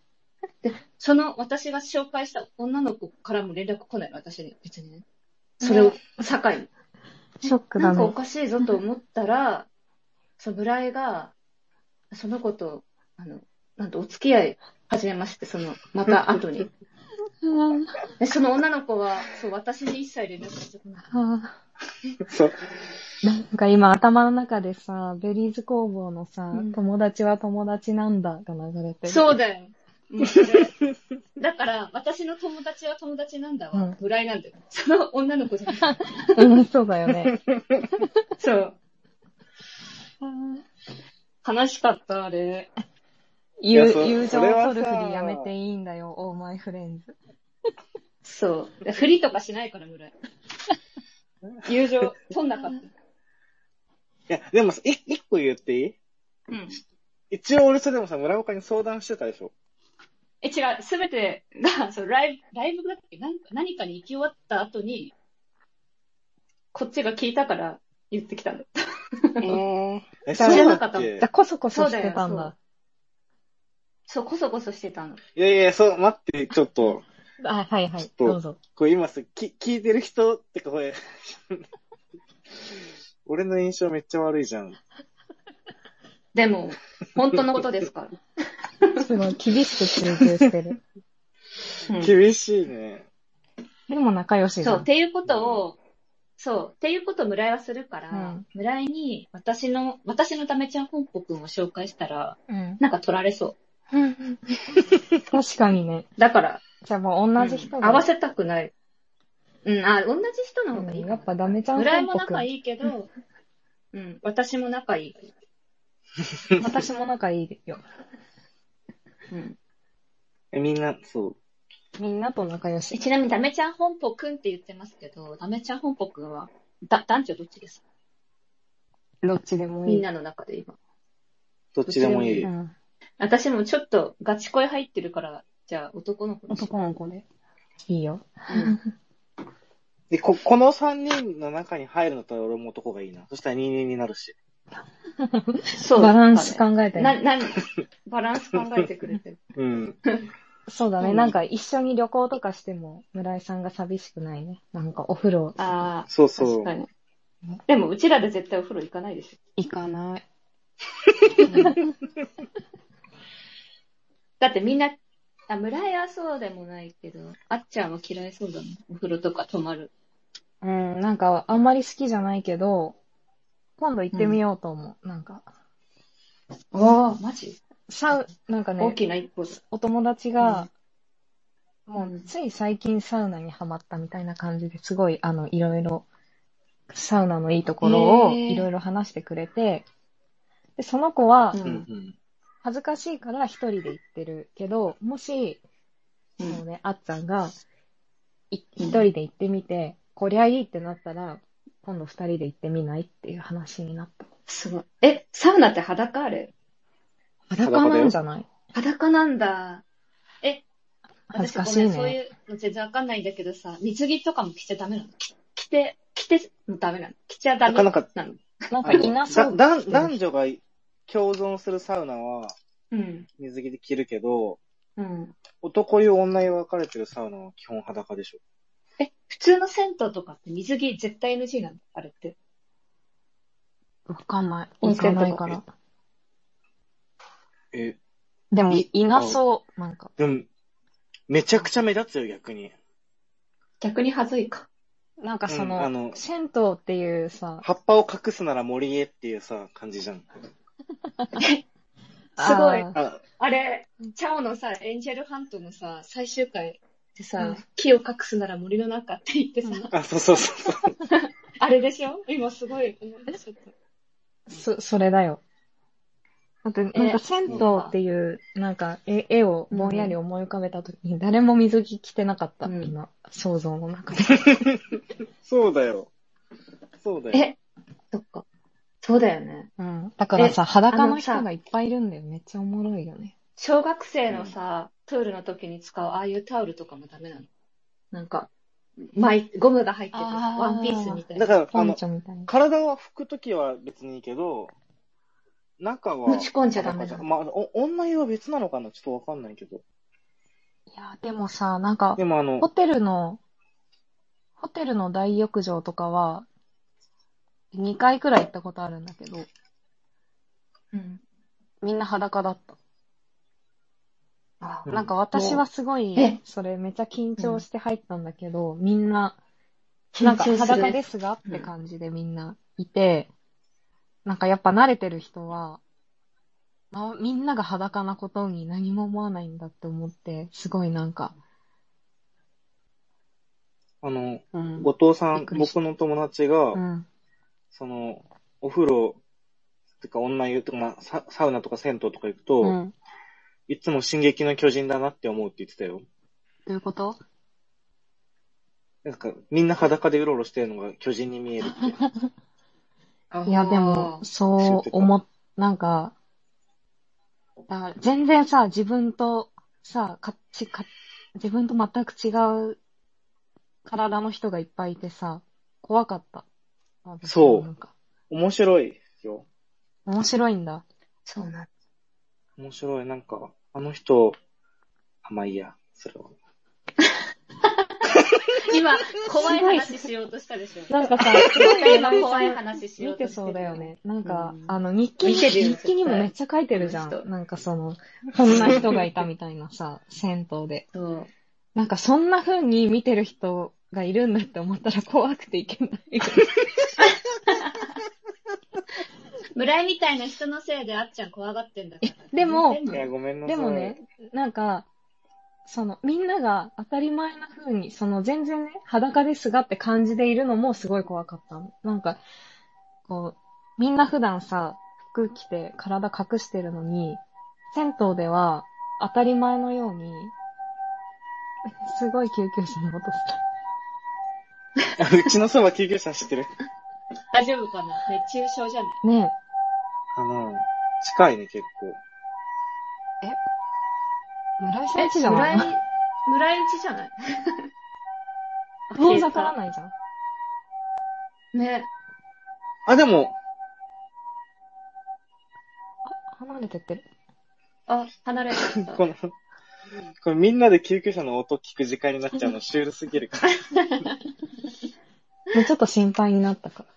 Speaker 3: で、その私が紹介した女の子からも連絡来ないの、私に、別にね。それを、境に。
Speaker 1: ショック
Speaker 3: な
Speaker 1: だ
Speaker 3: んかお
Speaker 1: ね。
Speaker 3: かしいぞと思ったら、そう、村井が、その子と、あの、なんとお付き合い始めまして、その、また後に。
Speaker 1: うん
Speaker 3: で、その女の子は、そう、私に一切連絡してこない。
Speaker 1: あ
Speaker 2: そう。
Speaker 1: ーなんか今頭の中でさ、ベリーズ工房のさ、
Speaker 3: うん
Speaker 1: 友達は友達なんだが流れてる。
Speaker 3: そうだよ。もうそれだから、私の友達は友達なんだ
Speaker 1: う
Speaker 3: わ
Speaker 1: ん。
Speaker 3: 村井なんだよ。その女の子じゃない。
Speaker 1: うん、そうだよ ね。
Speaker 3: そう。悲しかった、あれ。
Speaker 1: 友
Speaker 2: いやそ
Speaker 1: 友情
Speaker 2: それはさ
Speaker 1: を取るふりやめていいんだよ、オーマイフレンズ。
Speaker 3: そう。で振りとかしないから、村井。友情、取んなかった。
Speaker 2: いや、でもさ、い一個言っていい
Speaker 3: うん。
Speaker 2: 一応俺それでもさ、村岡に相談してたでしょ
Speaker 3: え、違う、すべてが、そう、ライブ、ライブだっけなんか何かに行き終わった後に、こっちが聞いたから言ってきたんだ。
Speaker 2: え、
Speaker 1: 知ら
Speaker 2: そうだ
Speaker 3: なかったもん
Speaker 2: け
Speaker 1: じゃあ、こそこそしてた
Speaker 3: そ
Speaker 1: ん
Speaker 3: うだよ
Speaker 1: だ。
Speaker 3: そう、こそこそしてたの。
Speaker 2: いやいや、そう、待って、ちょっと、
Speaker 1: あ、はいは
Speaker 2: ちょ
Speaker 1: い
Speaker 2: っ、と
Speaker 1: どうぞ。
Speaker 2: これ今さ、き、聞いてる人ってか、これ、 俺の印象めっちゃ悪いじゃん。
Speaker 3: でも、本当のことですから。
Speaker 1: すごい、厳しく追求してる。
Speaker 3: うん
Speaker 2: 厳しいね。
Speaker 1: でも仲良しじ
Speaker 3: そ
Speaker 1: ゃ
Speaker 3: う、っ
Speaker 1: ん。
Speaker 3: ていうことを、そう、っていうことを村井はするから、
Speaker 1: うん
Speaker 3: 村井に私の、私のダメちゃん本舗くんを紹介したら、
Speaker 1: うん。
Speaker 3: なんか取られそ
Speaker 1: 確かにね。
Speaker 3: う。だから、
Speaker 1: じゃあもう同じ人
Speaker 3: うん
Speaker 1: が。
Speaker 3: 合わせたくない。うん、あ、同じ人の方がいいか
Speaker 1: うん
Speaker 3: な
Speaker 1: やっぱダメちゃん
Speaker 3: 村井
Speaker 1: 本
Speaker 3: も
Speaker 1: 舗
Speaker 3: 仲
Speaker 1: くん。
Speaker 3: いいけ ど、うん、私も仲いい。
Speaker 1: 私も仲いいよ。
Speaker 3: うん。
Speaker 2: え、みんな、そう。
Speaker 1: みんなと仲良
Speaker 3: え
Speaker 1: し。
Speaker 3: ちなみに、ダメちゃん本舗くんって言ってますけど、ダメちゃん本舗くんは、だ、男女どっちですか
Speaker 1: どっちでもいい。
Speaker 3: みんなの中で今。
Speaker 2: どっちでもいい。
Speaker 1: うん。
Speaker 3: 私もちょっとガチ恋入ってるから、じゃあ男の子にしよう
Speaker 1: 男の子で。いいよ。
Speaker 3: うん
Speaker 2: で、こ、この三人の中に入るのと俺も男がいいな。そしたら22になるし。
Speaker 3: そう。
Speaker 1: バランス考えた
Speaker 3: な、
Speaker 1: り。
Speaker 3: な、バランス考えてくれてる。
Speaker 2: うん。
Speaker 1: そうだ
Speaker 3: う
Speaker 1: ね。
Speaker 3: ん
Speaker 1: なんか一緒に旅行とかしても、村井さんが寂しくないね。なんかお風呂
Speaker 3: ああ、
Speaker 2: そうそ
Speaker 3: 確
Speaker 2: う
Speaker 3: か。に。でも、うちらで絶対お風呂行かないでしょ。
Speaker 1: 行かない。
Speaker 3: だってみんな、あ、村井はそうでもないけど、あっちゃんは嫌いそうだもん。お風呂とか泊まる。
Speaker 1: うん、なんか、あんまり好きじゃないけど、今度行ってみようと思う。なんか、
Speaker 3: ああ、マジ
Speaker 1: サウ、なんか
Speaker 3: 大
Speaker 1: ね、
Speaker 3: きな一歩だ。
Speaker 1: お友達が、も
Speaker 3: う
Speaker 1: うんつい最近サウナにハマったみたいな感じですごい、あの、いろいろ、サウナのいいところを
Speaker 3: へー
Speaker 1: いろいろ話してくれて、で、その子は
Speaker 3: う
Speaker 2: うん
Speaker 3: ん。
Speaker 2: うん。
Speaker 1: 恥ずかしいから一人で行ってるけど、もし、
Speaker 3: う。
Speaker 1: そうんね、あっちゃんが、い一人で行ってみて、こりゃいいってなったら、今度二人で行ってみないっていう話になった。
Speaker 3: すごい。え、サウナって裸ある
Speaker 1: 裸なんじゃない
Speaker 3: 裸なんだ。え、
Speaker 1: 恥ず
Speaker 3: 私ご
Speaker 1: かし
Speaker 3: め
Speaker 1: い
Speaker 3: ん、そう
Speaker 1: ね。
Speaker 3: いうの全然わかんないんだけどさ、水着とかも着ちゃダメなのき着て、着てもダメなの着ちゃダメな
Speaker 2: な
Speaker 3: の
Speaker 2: か
Speaker 1: なんか
Speaker 2: あ
Speaker 1: い
Speaker 2: の
Speaker 1: なそう。
Speaker 2: だ男男女が共存するサウナは
Speaker 3: うん。
Speaker 2: 水着で着るけど、
Speaker 3: うん。
Speaker 2: 男湯女湯分かれてるサウナは基本裸でしょ。
Speaker 3: え、普通の銭湯とかって水着絶対 NG なのあれって。
Speaker 1: わかんない。
Speaker 3: 温
Speaker 1: 行か
Speaker 3: 泉とか
Speaker 1: ないから。
Speaker 2: え、
Speaker 1: でも、
Speaker 2: い
Speaker 1: いなそう。なんか、
Speaker 2: でも、めちゃくちゃ目立つよ、逆に。
Speaker 3: 逆に恥ずいか。
Speaker 1: なんかそ
Speaker 2: うんあ
Speaker 1: の
Speaker 2: の、
Speaker 1: 銭湯っていうさ、
Speaker 2: 葉っぱを隠すなら森へっていうさ、感じじゃん。
Speaker 3: すごい
Speaker 1: あー
Speaker 2: あ、
Speaker 3: あれ、チャオのさ、エンジェルハントのさ、最終回でさ、木を隠すなら森の中って言ってさ、
Speaker 1: うん
Speaker 2: あそうそうそうそう。
Speaker 3: あれでしょ今すごい思い出しちゃった。
Speaker 1: そ、それだよ。だって、なん
Speaker 3: ね
Speaker 1: か銭湯っていう、なんか絵、絵をぼんやり思い浮かべたときに、誰も水着着てなかった、
Speaker 3: うん
Speaker 1: 今、想像の中で。
Speaker 2: そうだよ。そうだよ。
Speaker 3: え、そっか。そうだよね。
Speaker 1: うん。だからさ、裸の
Speaker 3: あの
Speaker 1: 人
Speaker 3: さ
Speaker 1: がいっぱいいるんだよ。めっちゃおもろいよね。
Speaker 3: 小学生のさ、プールの時に使うああいうタオルとかもダメなの。なんか、マイ、ゴムが入ってる
Speaker 1: あー
Speaker 3: ワンピースみたい
Speaker 2: だ
Speaker 3: な。
Speaker 2: から、
Speaker 1: ポ
Speaker 2: あ
Speaker 1: ン
Speaker 2: の、
Speaker 1: チョみたいな。
Speaker 2: 体は拭くときは別にいいけど、中は。
Speaker 3: 持ち込んじゃダメなの。
Speaker 2: まあ、お女湯は別なのかなちょっとわかんないけど。
Speaker 1: いや、でもさ、なんか
Speaker 2: で、もあ
Speaker 1: ホ
Speaker 2: の、
Speaker 1: テルの、ホテルの大浴場とかは、2回くらい行ったことあるんだけど、
Speaker 3: うん。
Speaker 1: みんな裸だった。
Speaker 3: あ
Speaker 2: うん
Speaker 1: なんか私はすごい
Speaker 3: え、
Speaker 1: それめっちゃ緊張して入ったんだけど、みんな、なんか
Speaker 3: 緊張する
Speaker 1: 裸ですがって感じでみんないて、なんかやっぱ慣れてる人は、まみんなが裸なことに何も思わないんだって思って、すごいなんか、
Speaker 2: あの、
Speaker 1: うん。
Speaker 2: 後藤さ
Speaker 1: びっ
Speaker 2: ん、
Speaker 1: くりした
Speaker 2: 僕の友達が、
Speaker 1: うん。
Speaker 2: その、お風呂、てか女湯とか、まあサ、サウナとか銭湯とか行くと、
Speaker 1: うん。
Speaker 2: いつも進撃の巨人だなって思うって言ってたよ。
Speaker 1: どういうこと
Speaker 2: なんか、みんな裸でうろうろしてるのが巨人に見え るって。
Speaker 3: あ
Speaker 1: いや、でも、
Speaker 2: 知っ
Speaker 1: そう
Speaker 2: てた
Speaker 1: 思っ、なんか、だから全然さ、自分とさ、かちか自分と全く違う体の人がいっぱいいてさ、怖かった。
Speaker 2: そう
Speaker 1: なんか
Speaker 2: 面白いよ。
Speaker 1: 面白いんだ。
Speaker 3: そうなんだ
Speaker 2: 面白い。なんか、あの人、あ、まあいいや、それは。
Speaker 3: 今、怖い話しようとしたでしょ。
Speaker 1: なんかさ、
Speaker 3: 今怖い話しよ
Speaker 1: 見
Speaker 3: うと
Speaker 1: て
Speaker 3: してる
Speaker 1: そうだよ。ね。 なんか、
Speaker 3: うん
Speaker 1: あの、日記に、
Speaker 3: 見てるよ
Speaker 1: 日記にも
Speaker 3: 絶対
Speaker 1: めっちゃ書いてるじゃ
Speaker 3: こ
Speaker 1: ん。
Speaker 3: の人
Speaker 1: なんかその、こんな人がいたみたいなさ、銭湯で。
Speaker 3: そう。
Speaker 1: なんかそんな風に見てる人がいるんだって思ったら怖くていけない。
Speaker 3: 村井みたいな人のせいであっちゃん怖がってんだから。
Speaker 1: でも
Speaker 2: いや、ごめんなさ
Speaker 1: で
Speaker 2: い。
Speaker 1: もね、なんか、その、みんなが当たり前な風に、その全然ね、裸ですがって感じでいるのもすごい怖かったの。なんか、こう、みんな普段さ、服着て体隠してるのに、銭湯では当たり前のように、すごい救急車の音した。
Speaker 2: あ うちのそば救急車知ってる。
Speaker 3: 大丈夫かな熱中症じゃない
Speaker 1: ね
Speaker 2: あの、近いね、結構。
Speaker 1: え、村井さんちじゃない
Speaker 3: 村井、村井んちじゃない
Speaker 1: 遠ざからないじゃん。
Speaker 3: ね。
Speaker 2: あ、でも、
Speaker 1: 離れてってる。
Speaker 3: あ、離れてきた。
Speaker 2: この、これみんなで救急車の音聞く時間になっちゃうのシュールすぎるから。
Speaker 1: もうちょっと心配になったから。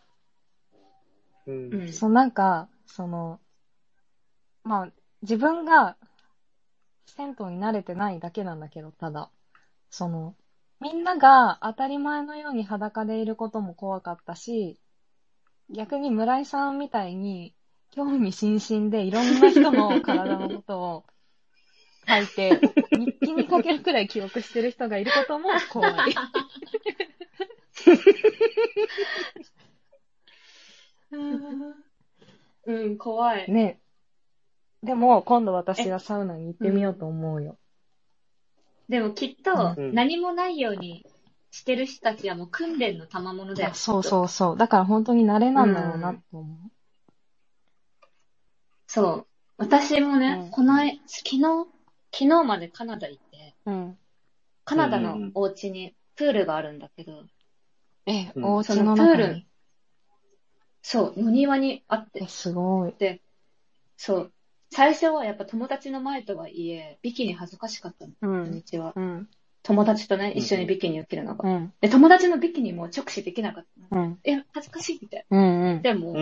Speaker 2: う。
Speaker 3: うんん。
Speaker 1: そう、なんか、その、まあ、自分が銭湯に慣れてないだけなんだけど、ただ、その、みんなが当たり前のように裸でいることも怖かったし、逆に村井さんみたいに興味津々でいろんな人の体のことを書いて、日記に書けるくらい記憶してる人がいることも怖い。
Speaker 3: うん、怖い。
Speaker 1: ね。でも、今度私はサウナに行ってみようと思うよ。
Speaker 3: でもきっと、
Speaker 2: うん
Speaker 3: 何もないようにしてる人たちはもう訓練の賜物だよ。
Speaker 1: そうそうそう。だから本当に慣れなんだろうなと思う。
Speaker 3: そう。私もね、
Speaker 1: うん
Speaker 3: この間、昨日、昨日までカナダ行って、
Speaker 1: うん。
Speaker 3: カナダ
Speaker 2: うんうんう
Speaker 3: の
Speaker 2: ん
Speaker 3: お家にプールがあるんだけど、
Speaker 1: え、
Speaker 2: うん
Speaker 1: お家の中
Speaker 3: そのプール
Speaker 1: に。
Speaker 3: そう、お庭にあっ
Speaker 1: え、
Speaker 3: て、
Speaker 1: すごい。
Speaker 3: そう。最初はやっぱ友達の前とはいえ、ビキニ恥ずかしかったの。
Speaker 1: う
Speaker 3: 初。日は。
Speaker 1: うん。
Speaker 3: 友達とね、
Speaker 2: うん
Speaker 3: 一緒にビキニを着るの
Speaker 1: う
Speaker 3: が。
Speaker 1: ん。
Speaker 3: で、友達のビキニも直視できなかったの。
Speaker 1: うん。
Speaker 3: え、恥ずかしいみたい
Speaker 1: うん。うん
Speaker 3: な。で
Speaker 2: うん
Speaker 3: も、
Speaker 2: うん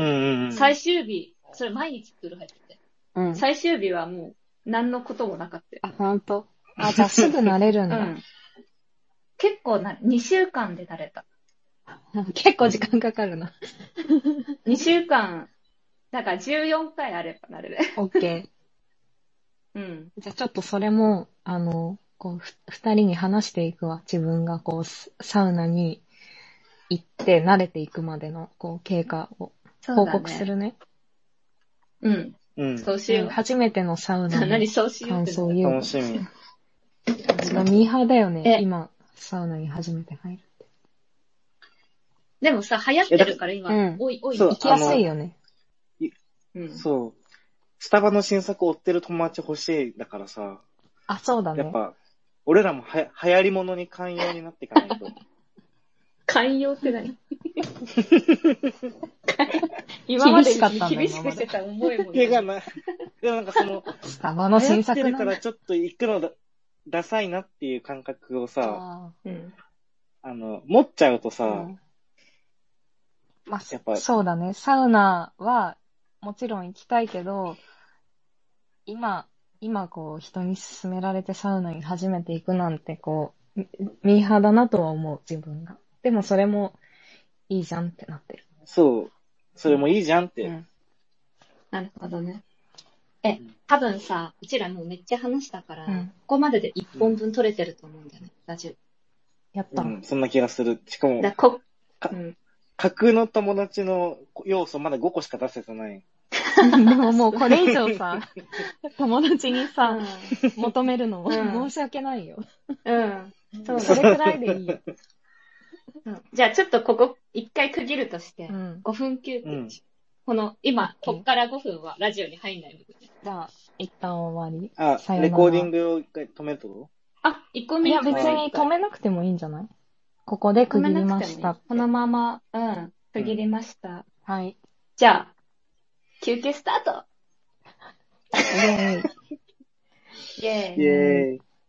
Speaker 2: うん。
Speaker 3: 最終日、それ毎日プール入ってて。
Speaker 1: うん。
Speaker 3: 最終日はもう、何のこともなかったよ。
Speaker 1: あ、ほんと。あ、じゃあすぐ慣れるん
Speaker 3: う
Speaker 1: だ。
Speaker 3: ん。結構な、2週間で慣れた。
Speaker 1: 結構時間かかるな。
Speaker 3: 2週間、だから14回あれば慣れる。
Speaker 1: オッケ
Speaker 3: うん。
Speaker 1: ー。じゃあちょっとそれも、あの、こう、ふ二人に話していくわ。自分がこう、スサウナに行って慣れていくまでの、こう、経過を
Speaker 3: そうだ
Speaker 1: 報
Speaker 3: ね
Speaker 1: 告す。るね。
Speaker 3: うん。
Speaker 2: うん。
Speaker 3: そうしよう。
Speaker 1: 初めてのサウナの
Speaker 3: 何そうしようっ
Speaker 1: 感
Speaker 3: て
Speaker 1: 想を
Speaker 3: なる。
Speaker 1: 言うわ。
Speaker 2: 楽しみ。
Speaker 1: そのミーハーだよね。
Speaker 3: え
Speaker 1: 今、サウナに初めて入る。
Speaker 3: でもさ、流行ってるから今
Speaker 1: うん、
Speaker 3: おい、おい、
Speaker 2: そう
Speaker 1: 行きやすいよね。
Speaker 3: うん
Speaker 2: そう。スタバの新作追ってる友達欲しいだからさ、
Speaker 1: あ、そうだ
Speaker 2: やっ
Speaker 1: ね。
Speaker 2: ぱ、俺らもはや流行り物に寛容になっていかな いと。
Speaker 3: 寛容って何
Speaker 1: 今までしかったんだ
Speaker 3: 厳しくしてた思いも
Speaker 2: いや、ない。でもなんかその、
Speaker 1: スタバ
Speaker 2: 流
Speaker 1: の
Speaker 2: 行
Speaker 1: 新
Speaker 2: って
Speaker 1: 作
Speaker 2: る
Speaker 1: な
Speaker 2: か
Speaker 1: んだ
Speaker 2: らちょっと行くのだ、ダサいなっていう感覚をさ、
Speaker 1: あ
Speaker 3: うん
Speaker 2: あの、持っちゃうと
Speaker 1: ー
Speaker 2: さ、
Speaker 1: うんま
Speaker 2: やっ
Speaker 1: あ、
Speaker 2: ぱ
Speaker 1: そうだね。サウナは、もちろん行きたいけど、今、今こう、人に勧められてサウナに初めて行くなんて、こう、ミミーハーだなとは思う、自分が。でもそれも、いいじゃんってなってる。
Speaker 2: そう、それもいいじゃんって。
Speaker 1: うん
Speaker 3: なるほどね。え、多分さ、うちらもうめっちゃ話したから、
Speaker 1: うん
Speaker 3: ここまでで1本分取れてると思うんだよね、ラジ
Speaker 1: やっ
Speaker 2: う
Speaker 1: た。
Speaker 2: ん、そんな気がする。しか
Speaker 3: オ。
Speaker 2: も
Speaker 3: だ、こ、
Speaker 2: か
Speaker 3: うん。
Speaker 2: 架空の友達の要素まだ5個しか出せてない。
Speaker 1: でももうこれ以上 さ、友達にさ、求めるのも
Speaker 3: う
Speaker 1: 申
Speaker 3: ん
Speaker 1: し訳ないよ。
Speaker 3: うん。そう
Speaker 1: そ
Speaker 3: だ
Speaker 1: れ
Speaker 3: ね。
Speaker 1: くらいでいいよ。
Speaker 3: うんじゃあちょっとここ、一回区切るとして、
Speaker 1: うん。
Speaker 3: 5分休憩。
Speaker 2: うん
Speaker 3: この、今、
Speaker 1: OK
Speaker 3: こっから5分はラジオに入んないので。
Speaker 1: じゃあ、一旦終わり。
Speaker 2: あ
Speaker 1: さ、よなら
Speaker 2: レコーディングを一回止めるってこ
Speaker 3: あ、1個
Speaker 1: い
Speaker 3: 目
Speaker 1: や、別に止めなくてもいいんじゃないここで区切りましたって。
Speaker 3: このまま、うん、区切りました。
Speaker 1: はい。
Speaker 3: じゃあ、休憩スタート
Speaker 1: イェーイ
Speaker 3: イェーイ
Speaker 2: とイェーイ。